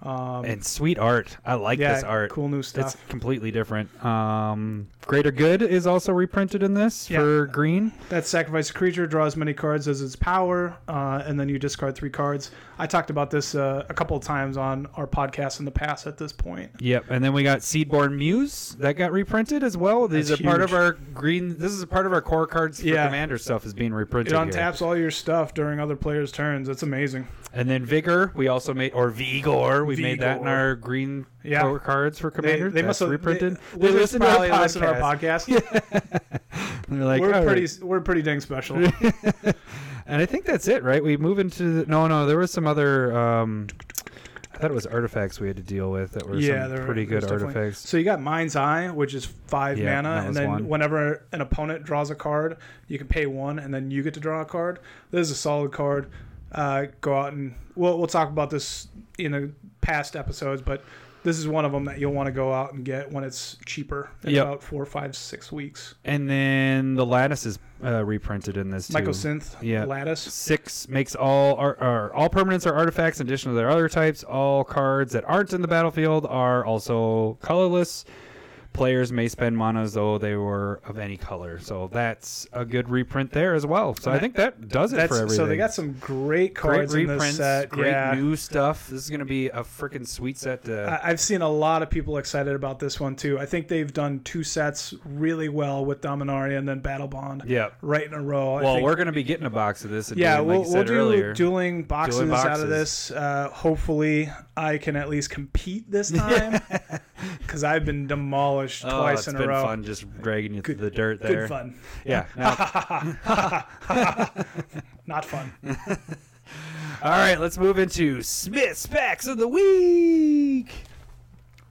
S1: Um,
S2: and sweet art. I like
S1: yeah,
S2: this art.
S1: cool new stuff.
S2: It's completely different. Um, Greater Good is also reprinted in this
S1: Yeah.
S2: for green.
S1: That sacrifice a creature, draw as many cards as its power, uh, and then you discard three cards. I talked about this uh, a couple of times on our podcast in the past. At this point,
S2: Yep, and then we got Seedborn Muse that got reprinted as well. These
S1: That's
S2: are part of
S1: huge.
S2: our green. This is part of our core cards for
S1: Yeah.
S2: commander stuff is being reprinted.
S1: it
S2: here.
S1: untaps all your stuff during other players' turns. It's amazing.
S2: And then Vigor, we also made or Vigor, we made that in
S1: Vigor.
S2: our green
S1: Yeah.
S2: core cards for Commander.
S1: they must have-
S2: That's reprinted.
S1: They, they listen, to our
S2: podcast.
S1: listen to our podcast.
S2: And they're like,
S1: we're
S2: "All
S1: pretty.
S2: right."
S1: We're pretty dang special.
S2: And I think that's it, right? We move into the, no, no. There was some other. Um, I thought it was artifacts we had to deal with that were
S1: yeah,
S2: some
S1: they're
S2: pretty
S1: there's
S2: good
S1: definitely-
S2: artifacts.
S1: So you got Mind's Eye, which is five
S2: Yeah,
S1: mana,
S2: that
S1: and
S2: was
S1: then
S2: one.
S1: whenever an opponent draws a card, you can pay one, and then you get to draw a card. This is a solid card. Uh, go out and we'll we'll talk about this in the past episodes, but this is one of them that you'll want to go out and get when it's cheaper in
S2: Yep.
S1: about four, five, six weeks.
S2: And then the lattice is uh, reprinted in this too.
S1: Mycosynth,
S2: Yeah.
S1: Lattice.
S2: Six makes all ar- ar- all permanents are artifacts in addition to their other types. All cards that aren't in the battlefield are also colorless. Players may spend monos though they were of any color. So that's a good reprint there as well. So I think that does it for
S1: That's
S2: everything.
S1: so they got some great
S2: great
S1: cards in this
S2: reprints,
S1: set.
S2: great
S1: yeah.
S2: new stuff. This is going to be a freaking sweet set. To,
S1: I- I've seen a lot of people excited about this one too. I think they've done two sets really well with Dominaria and then Battle Bond
S2: yeah.
S1: right in a row. I
S2: Well,
S1: think-
S2: we're going to be getting a box of this. And
S1: yeah,
S2: doing,
S1: we'll,
S2: like you
S1: we'll
S2: said
S1: do
S2: earlier.
S1: dueling, boxes out
S2: boxes.
S1: of this. Uh, hopefully, I can at least compete
S2: (laughs)
S1: this time because I've been demolished
S2: Oh,
S1: twice
S2: it's
S1: in a
S2: been
S1: row.
S2: fun just dragging you through
S1: Good-
S2: the dirt
S1: Good
S2: there.
S1: fun, (laughs)
S2: Yeah. no,
S1: not
S2: (laughs)
S1: fun.
S2: All right, let's move into Smith's Facts of the Week.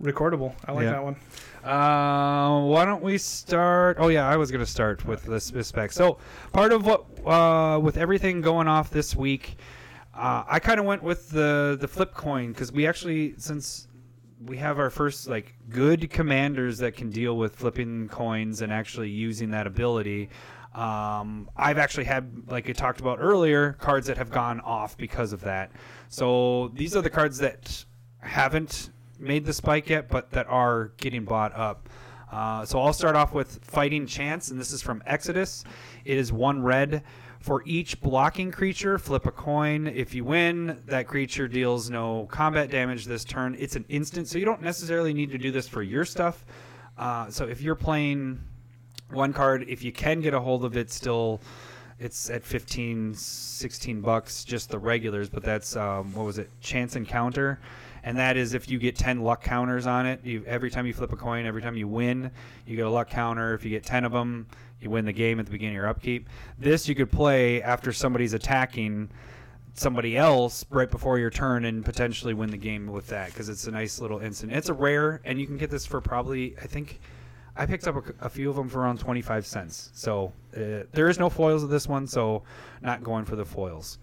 S1: Recordable. I like
S2: Yeah.
S1: that one.
S2: Uh, why don't we start? Oh, yeah, I was going to start with the Smith's Facts. So, part of what, uh, with everything going off this week, uh, I kind of went with the, the flip coin because we actually, since we have our first like good commanders that can deal with flipping coins and actually using that ability. Um, I've actually had, like I talked about earlier, cards that have gone off because of that. So these are the cards that haven't made the spike yet, but that are getting bought up. Uh, so I'll start off with Fighting Chance, and this is from Exodus. It is one red. For each blocking creature, flip a coin. If you win, that creature deals no combat damage this turn. It's an instant, so you don't necessarily need to do this for your stuff. Uh, so if you're playing one card, if you can get a hold of it, still it's at 15, 16 bucks, just the regulars. But that's um, what was it? Chance encounter, and that is if you get 10 luck counters on it. You every time you flip a coin, every time you win, you get a luck counter. If you get 10 of them, you win the game at the beginning of your upkeep. This you could play after somebody's attacking somebody else right before your turn and potentially win the game with that because it's a nice little instant. It's a rare, and you can get this for probably I think I picked up a, c- a few of them for around twenty five cents. So uh, there is no foils of this one, so not going for the foils.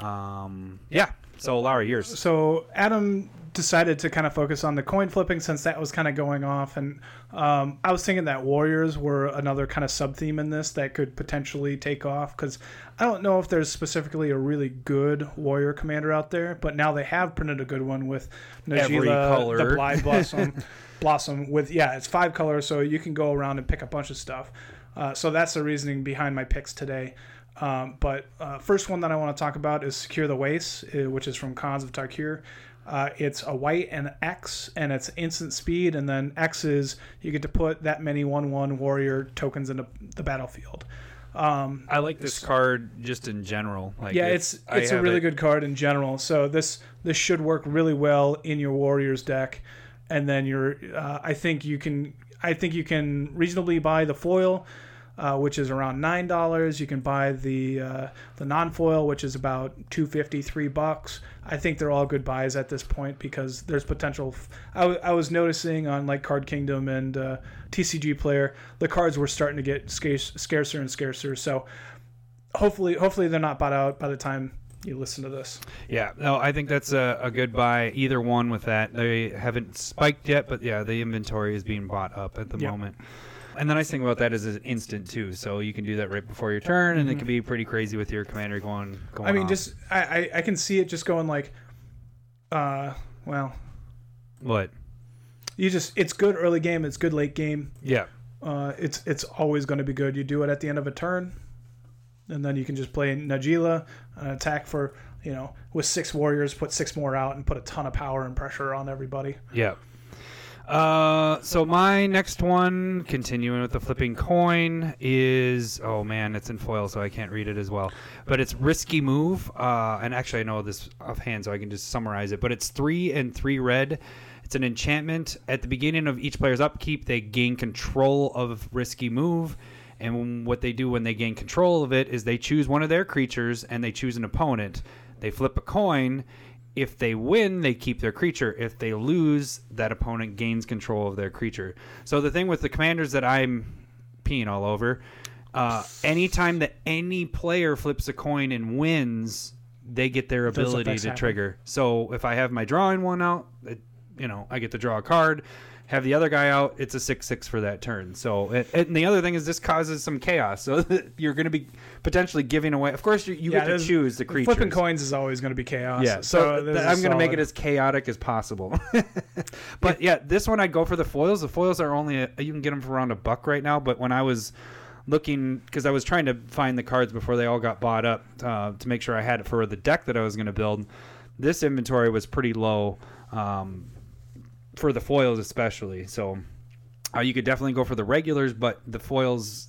S2: Um, yeah, So Larry, yours.
S1: so Adam decided to kind of focus on the coin flipping since that was kind of going off, and um, I was thinking that warriors were another kind of sub theme in this that could potentially take off because I don't know if there's specifically a really good warrior commander out there, but now they have printed a good one with
S2: Every
S1: Najila, the
S2: color. (laughs)
S1: Blind Blossom, Blossom with yeah, it's five colors, so you can go around and pick a bunch of stuff. Uh, so that's the reasoning behind my picks today. Um, but uh, first one that I want to talk about is Secure the Waste, uh, which is from Cons of Tarkir. Uh, it's a white and X, and it's instant speed, and then X is you get to put that many one-one warrior tokens into the battlefield. Um,
S2: I like this card just in general. Like
S1: yeah, it's
S2: I
S1: it's a
S2: have
S1: really
S2: it-
S1: good card in general. So this this should work really well in your warriors deck, and then your uh, I think you can I think you can reasonably buy the foil, uh, which is around nine dollars. You can buy the uh, the non foil, which is about two fifty three bucks. I think they're all good buys at this point because there's potential. f- I, w- I was noticing on like Card Kingdom and uh, TCG Player, the cards were starting to get scarce, scarcer and scarcer. So hopefully hopefully they're not bought out by the time you listen to this
S2: Yeah, no, I think that's a, a good buy. Either one with that. They haven't spiked yet, but yeah, the inventory is being bought up at the
S1: Yep.
S2: moment. And the nice thing about that is it's instant too, so you can do that right before your turn, and it can be pretty crazy with your commander going.
S1: Mm-hmm.
S2: going
S1: i mean
S2: off.
S1: just I, I i can see it just going like uh well
S2: what?
S1: you just it's good early game it's good late game
S2: Yeah,
S1: uh it's it's always going to be good you do it at the end of a turn and then you can just play najila an attack for you know with six warriors put six more out and put a ton of power and pressure on everybody
S2: yeah. Uh, so my next one, continuing with the flipping coin, is oh man, it's in foil, so I can't read it as well. But it's risky move. Uh, and actually, I know this offhand, so I can just summarize it. But it's three and three red. It's an enchantment. At the beginning of each player's upkeep, they gain control of risky move. And what they do when they gain control of it is they choose one of their creatures and they choose an opponent. They flip a coin. If they win, they keep their creature. If they lose, that opponent gains control of their creature. So the thing with the commanders that I'm peeing all over, uh, anytime that any player flips a coin and wins, they get their
S1: Those
S2: ability
S1: effects
S2: to
S1: happen.
S2: trigger. So if I have my drawing one out, it, you know, I get to draw a card. Have the other guy out, it's a six six for that turn. So and, and the other thing is this causes some chaos. (laughs) So you're going to be potentially giving away. Of course, you, you
S1: Yeah,
S2: get to
S1: there's-
S2: choose the creature.
S1: flipping coins is always going to be chaos
S2: Yeah, so,
S1: Oh, this is
S2: th- I'm going to make
S1: solid.
S2: it as chaotic as possible. (laughs) but yeah, this one I'd go for the foils. The foils are only a, you can get them for around a buck right now. But when I was looking, because I was trying to find the cards before they all got bought up uh, to make sure I had it for the deck that I was going to build, this inventory was pretty low um, for the foils especially. So uh, you could definitely go for the regulars, but the foils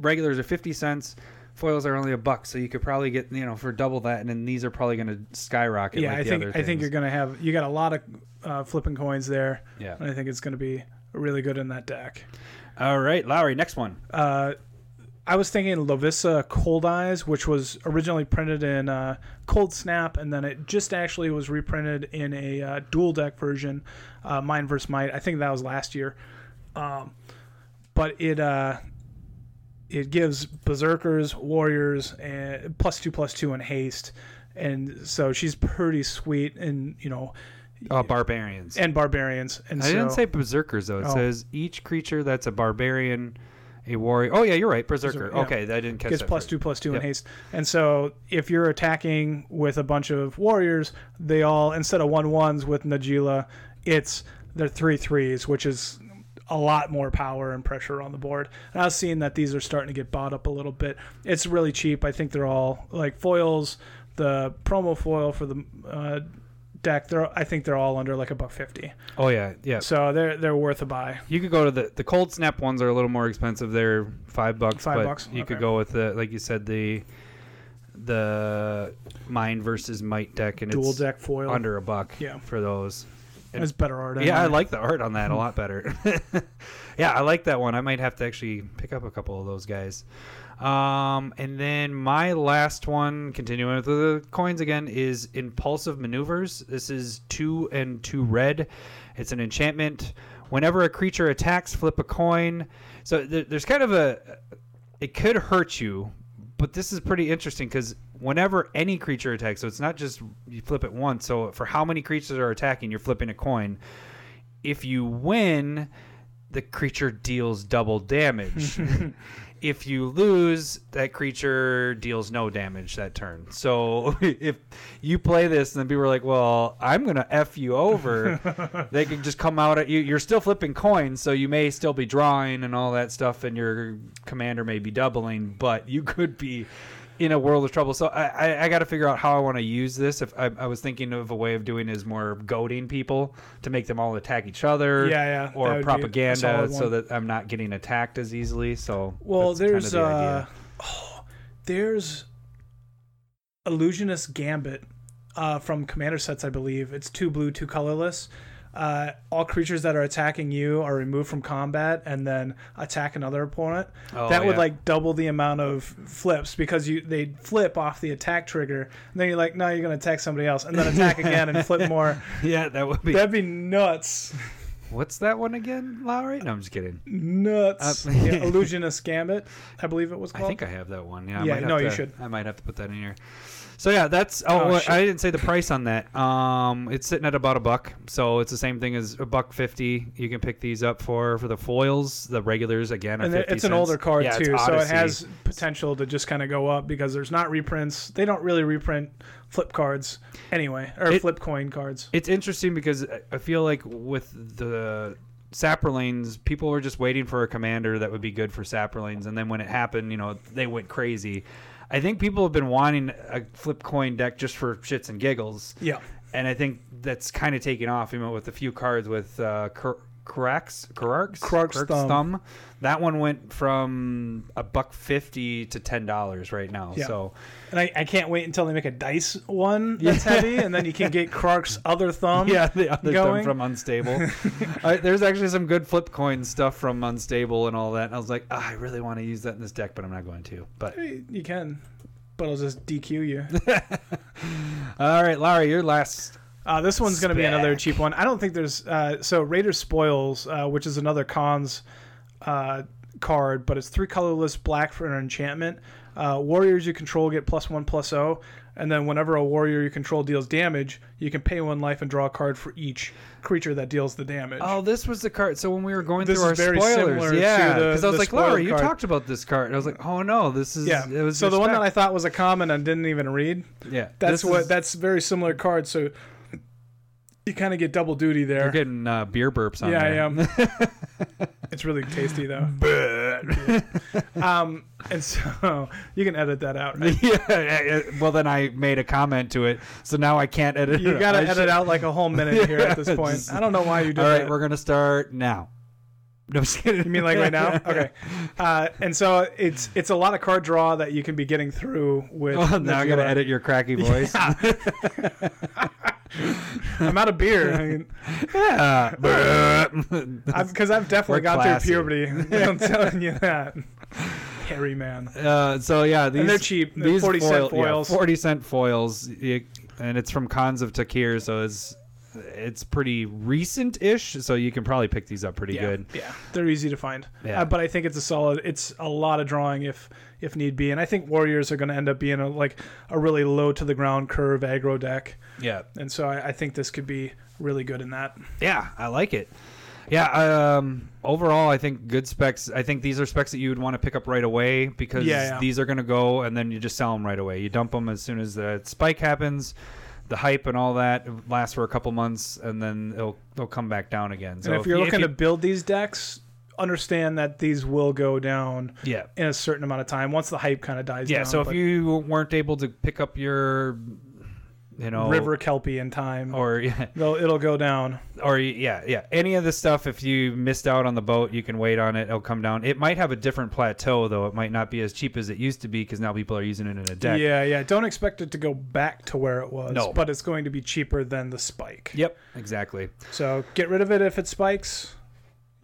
S2: regulars are fifty cents. Foils are only a buck, so you could probably get you know for double that, and then these are probably going to skyrocket.
S1: yeah
S2: like
S1: i
S2: the
S1: think
S2: other
S1: i think
S2: things.
S1: you're gonna have you got a lot of uh, flipping coins there
S2: Yeah.
S1: and i think it's gonna be really good in that deck
S2: All right, Lowry, next one.
S1: uh, I was thinking Lovisa Cold Eyes, which was originally printed in uh, Cold Snap, and then it just actually was reprinted in a uh, dual deck version, uh, Mind vs. Might. I think that was last year. Um, but it uh, it gives Berserkers, Warriors, and plus two plus two in haste, and so she's pretty sweet, and you know,
S2: Uh, barbarians.
S1: and barbarians. And
S2: I didn't
S1: so-
S2: say berserkers though. It
S1: Oh.
S2: says each creature that's a barbarian, a warrior. Oh yeah, you're right, berserker.
S1: Berserker, yeah.
S2: Okay, I didn't catch
S1: gets
S2: that.
S1: plus
S2: first.
S1: two plus two
S2: Yep.
S1: in haste. And so if you're attacking with a bunch of warriors, they all instead of one ones with Najila, it's they're three threes, which is a lot more power and pressure on the board. And I was seeing that these are starting to get bought up a little bit. It's really cheap. I think they're all like foils. The promo foil for the uh, deck, they're I think they're all under like a buck fifty.
S2: Oh yeah, yeah.
S1: So they're they're worth a buy.
S2: You could go to the the cold snap ones are a little more expensive. They're five bucks.
S1: Five
S2: but
S1: bucks,
S2: You could
S1: okay.
S2: go with the like you said the the mind versus might deck and
S1: Dual
S2: it's
S1: deck foil.
S2: under a buck.
S1: Yeah.
S2: for those.
S1: It's better art.
S2: yeah, I
S1: anyway.
S2: like the art on (laughs) that a lot better. yeah, I like that one. I might have to actually pick up a couple of those guys. Um, and then my last one, continuing with the coins again, is Impulsive Maneuvers. This is two and two red. It's an enchantment. Whenever a creature attacks, flip a coin. So there, there's kind of a. It could hurt you, but this is pretty interesting because whenever any creature attacks, so it's not just you flip it once. So for how many creatures are attacking, you're flipping a coin. If you win, the creature deals double damage. if you lose, that creature deals no damage that turn. So (laughs) if you play this and then people are like, "Well, I'm gonna f
S1: (laughs)
S2: you over," they can just come out at you. You're still flipping coins, so you may still be drawing and all that stuff, and your commander may be doubling, but you could be in a world of trouble. So I, I, I got to figure out how I want to use this. If I, I was thinking of a way of doing is more goading people to make them all attack each other,
S1: Yeah, yeah, that would
S2: or
S1: be a
S2: propaganda
S1: solid
S2: so
S1: one.
S2: that I'm not getting attacked as easily. So
S1: Well,
S2: that's kinda
S1: there's
S2: the idea.
S1: uh, (sighs) oh, there's illusionist gambit uh, from commander sets, I believe. It's two blue, two colorless. Uh, all creatures that are attacking you are removed from combat and then attack another opponent.
S2: Oh,
S1: that would
S2: yeah.
S1: like double the amount of flips because you they flip off the attack trigger. And then you're like, no, you're gonna attack somebody else, and then attack again and flip
S2: (laughs)
S1: more.
S2: yeah, that would be.
S1: That'd be nuts,
S2: What's that one again, Lowry? No, I'm just kidding.
S1: nuts.
S2: Uh, (laughs)
S1: yeah, illusionist gambit, I believe it was
S2: I
S1: called.
S2: think I have that one. Yeah, I
S1: Yeah,
S2: might have
S1: no, you
S2: to-
S1: should.
S2: I might have to put that in here. So yeah, that's. Oh,
S1: Oh,
S2: well,
S1: shit.
S2: I didn't say the price on that. Um, it's sitting at about a buck. So it's the same thing as a buck fifty. You can pick these up for for the foils. The regulars again are
S1: and
S2: 50
S1: it's an
S2: cents.
S1: older card
S2: Yeah, it's
S1: too, so it
S2: Odyssey.
S1: has potential to just kind of go up because there's not reprints. They don't really reprint flip cards anyway, or
S2: It-
S1: flip coin cards.
S2: It's interesting because I- I feel like with the Sapperlanes, people were just waiting for a commander that would be good for Sapperlanes, and then when it happened, you know, they went crazy. I think people have been wanting a flip coin deck just for shits and giggles,
S1: Yeah,
S2: and I think that's kind of taken off. You know, with a few cards with uh, Kar- Karax, Karax,
S1: Kark's Thumb.
S2: That one went from a buck fifty to ten dollars right now.
S1: Yeah.
S2: So
S1: and I, I can't wait until they make a dice one that's heavy, and then you can
S2: (laughs)
S1: get Clark's other thumb.
S2: yeah, the other
S1: going.
S2: thumb from Unstable. I, there's actually some good flip coin stuff from Unstable and all that. And I was like, "Ah, I really want to use that in this deck, but I'm not going to. But
S1: you can, but it'll just DQ you.
S2: all right, Larry, your last.
S1: Uh, this one's going to be
S2: Spec.
S1: another cheap one. I don't think there's uh, so Raider Spoils, uh, which is another cons uh, card, but it's three colorless black for an enchantment. Uh, warriors you control get plus one plus O, and then whenever a warrior you control deals damage, you can pay one life and draw a card for each creature that deals the damage.
S2: Oh, this was the card. So when we were going
S1: This
S2: through our
S1: is very similar
S2: spoilers,
S1: to
S2: yeah,
S1: the-
S2: because I was
S1: the
S2: like, Larry,
S1: spoiled
S2: you
S1: card."
S2: talked about this card. And I was like, oh no, this is
S1: yeah.
S2: It was
S1: so the one that I
S2: respect.
S1: thought was a common and didn't even read.
S2: yeah,
S1: That's
S2: this
S1: what.
S2: (laughs) is-
S1: that's very similar card. So you kind of get double duty
S2: You're
S1: there.
S2: getting uh, beer burps on
S1: Yeah, I
S2: there.
S1: am. it's really tasty though. um, and so you can edit that out.
S2: (laughs)
S1: Right?
S2: (laughs) yeah. eh, eh, Well, then I made a comment to it, so now I can't edit.
S1: You
S2: it.
S1: gotta
S2: I
S1: edit
S2: should-
S1: out like a whole minute here at this
S2: (laughs) Yeah,
S1: point.
S2: just-
S1: I don't know why you did
S2: All right,
S1: that.
S2: we're gonna start now. (laughs) No, I'm just kidding.
S1: You mean like right
S2: (laughs)
S1: now? Okay. Uh, and so it's it's a lot of card draw that you can be getting through (laughs) with.
S2: Oh, now I gotta
S1: Nagila.
S2: edit
S1: (laughs)
S2: your cracky voice. (laughs) Yeah.
S1: I'm out of
S2: (laughs)
S1: beer. I mean, because I've definitely
S2: We're
S1: gone
S2: classy.
S1: through puberty. (laughs)
S2: (laughs)
S1: I'm telling you that, hairy man.
S2: uh, so yeah, these
S1: they're cheap. They're
S2: These
S1: 40 cent
S2: foil- yeah,
S1: foils.
S2: forty cent foils, You- and it's from Cons of Takir, so it's it's pretty recent ish. So you can probably pick these up pretty
S1: yeah,
S2: good.
S1: Yeah, they're easy to find.
S2: Yeah.
S1: Uh, but I think it's a solid. It's a lot of drawing if if need be, and I think warriors are going to end up being a, like a really low to the ground curve aggro deck,
S2: Yeah,
S1: and so I, I think this could be really good in that.
S2: yeah, I like it. Yeah, um, overall, I think good specs. I think these are specs that you would want to pick up right away because
S1: Yeah, yeah.
S2: these are going to go, and then you just sell them right away. You dump them as soon as the spike happens. The hype and all that lasts for a couple months, and then they'll they'll come back down again. So
S1: and if you're
S2: you-
S1: looking
S2: you-
S1: to build these decks, understand that these will go down
S2: yeah,
S1: in a certain amount of time once the hype kind of dies
S2: yeah.
S1: down.
S2: so if
S1: but
S2: you weren't able to pick up your, you know,
S1: river kelpie in time,
S2: or (laughs) yeah,
S1: they'll it'll go down.
S2: or yeah, yeah, any of this stuff. If you missed out on the boat, you can wait on it. It'll come down. It might have a different plateau though. It might not be as cheap as it used to be because now people are using it in a deck.
S1: Yeah, yeah. Don't expect it to go back to where it was,
S2: No.
S1: but it's going to be cheaper than the spike.
S2: Yep. Exactly.
S1: So get rid of it if it spikes.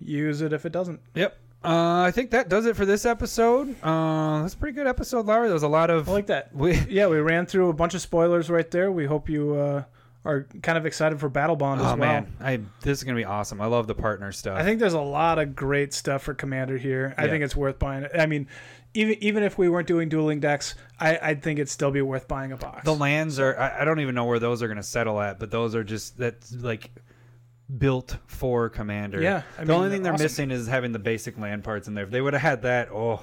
S1: Use it if it doesn't.
S2: Yep. Uh, I think that does it for this episode. Uh, that's a pretty good episode, Larry. There was a lot
S1: (laughs)
S2: of
S1: I like that.
S2: we,
S1: Yeah, we ran through a bunch of spoilers right there. We hope you uh, are kind of excited for Battle Bond as well.
S2: Oh man, I this is gonna be awesome. I love the partner stuff.
S1: I think there's a lot of great stuff for Commander here. I
S2: Yeah.
S1: think it's worth buying. it. I mean, even even if we weren't doing dueling decks, I I think it'd still be worth buying a box.
S2: the lands are I, I don't even know where those are going to settle at but those are just that's like built for commander
S1: Yeah, I
S2: the
S1: mean,
S2: only thing they're
S1: awesome.
S2: missing is having the basic land parts in there if they would have had that oh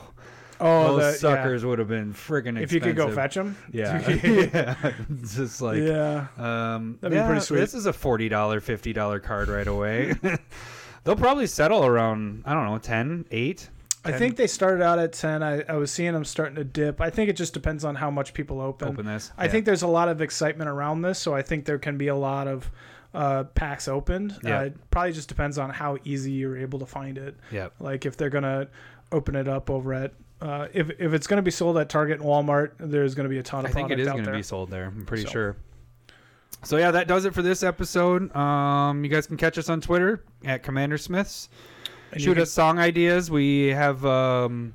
S1: oh,
S2: those
S1: the- yeah.
S2: suckers would have been friggin' expensive.
S1: If you could go fetch them,
S2: yeah
S1: (laughs)
S2: yeah (laughs) just like
S1: yeah,
S2: um
S1: That'd be pretty
S2: yeah,
S1: sweet.
S2: this is a $40 $50 card right away (laughs) they'll probably settle around i don't know 10 8
S1: I think they started out at ten. I, I was seeing them starting to dip. I think it just depends on how much people open.
S2: open this
S1: I
S2: Yeah.
S1: think there's a lot of excitement around this, so I think there can be a lot of uh, packs opened.
S2: Yeah.
S1: Uh, it probably just depends on how easy you're able to find it.
S2: yeah
S1: Like if they're gonna open it up over at uh, if if it's gonna be sold at Target and Walmart, there's gonna be a ton of
S2: I think it
S1: product
S2: is
S1: out
S2: going to
S1: there.
S2: be sold there. I'm pretty
S1: So.
S2: sure. So yeah, that does it for this episode. Um, you guys can catch us on Twitter at Commander Smiths.
S1: And you
S2: Shoot
S1: can-
S2: us song ideas. We have um,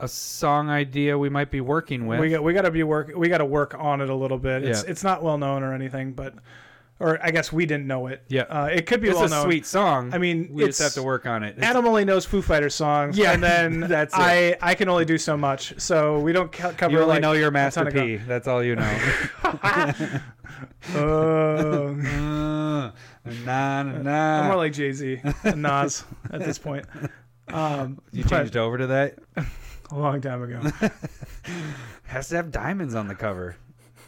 S2: a song idea we might be working with.
S1: We got we got to be work we got to work on it a little bit. It's
S2: Yeah.
S1: it's not well known or anything, but or I guess we didn't know it.
S2: Yeah.
S1: uh, it could be
S2: it's
S1: well
S2: a
S1: known.
S2: sweet song.
S1: I mean,
S2: we just have
S1: it's-
S2: to work on it. It's-
S1: Adam only knows Foo Fighters songs,
S2: Yeah,
S1: and then
S2: (laughs) that's it.
S1: I I can only do so much, so we don't co- cover.
S2: you only
S1: like,
S2: know your
S1: a
S2: Master
S1: ton of gro-
S2: P. That's all you know.
S1: (laughs) Oh.
S2: Uh,
S1: (laughs)
S2: nah, nah,
S1: I'm
S2: nah.
S1: more like Jay Z and Nas at this point. Um,
S2: (laughs) (laughs) you
S1: but
S2: changed over to that.
S1: a long time
S2: (laughs)
S1: ago.
S2: Has to have diamonds on the cover.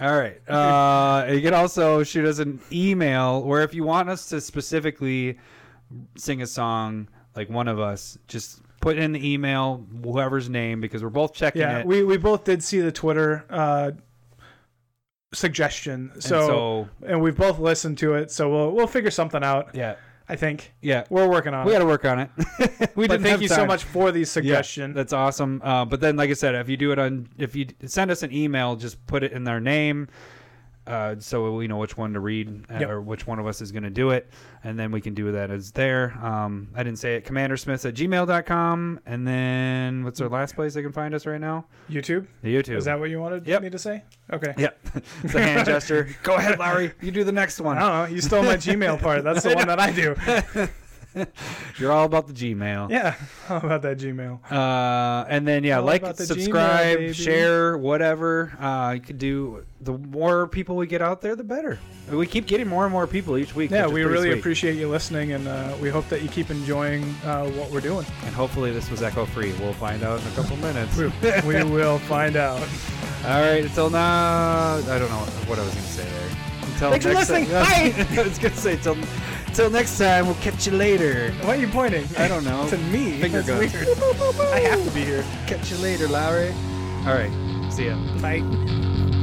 S2: All right. Uh, you can also shoot us an email, or if you want us to specifically sing a song, like one of us, just put in the email whoever's name because we're both checking
S1: Yeah,
S2: it.
S1: we we both did see the Twitter uh, suggestion,
S2: And
S1: so, and we've both listened to it, so we'll we'll figure something out.
S2: yeah,
S1: I think
S2: yeah,
S1: we're working on
S2: we
S1: it.
S2: got to work on it. we
S1: But
S2: didn't
S1: thank
S2: have
S1: you so
S2: time.
S1: much for the
S2: Yeah,
S1: suggestion.
S2: that's awesome. Uh, but then, like I said, if you do it on, if you send us an email, just put it in their name, uh, so we know which one to read uh,
S1: Yep.
S2: or which one of us is going to do it, and then we can do that as there. Um, I didn't say it. Commandersmiths at gmail.com. and then what's our last place they can find us right now?
S1: YouTube
S2: The YouTube.
S1: is that what you wanted
S2: Yep.
S1: me to say? Okay.
S2: Yep, (laughs) it's
S1: (laughs)
S2: a hand gesture. Go ahead, Larry. You do the next
S1: I (laughs)
S2: one.
S1: don't know. You stole my Gmail part. That's the one that (laughs) I do.
S2: You're all about the Gmail.
S1: Yeah. How about that Gmail?
S2: Uh, and then yeah,
S1: All
S2: like,
S1: about the Gmail,
S2: subscribe,
S1: baby.
S2: share, whatever. Uh, you could do. The more people we get out there, the better. We keep getting more and more people each week.
S1: Yeah,
S2: which is
S1: we
S2: pretty
S1: really
S2: sweet.
S1: appreciate you listening, and uh, we hope that you keep enjoying uh, what we're doing.
S2: And hopefully this was echo free. We'll find out in a couple minutes.
S1: We
S2: all
S1: (laughs) we will find out.
S2: right. Until now, I don't know what I was gonna say there. Until
S1: Thanks for
S2: next
S1: listening.
S2: Time, (laughs) I was gonna say till, till next time. We'll catch you later.
S1: Why are you pointing?
S2: I don't know.
S1: (laughs) To me,
S2: Finger
S1: That's
S2: guns.
S1: weird. (laughs) I have to be here.
S2: Catch you later, Lowry. All right. See ya.
S1: Bye.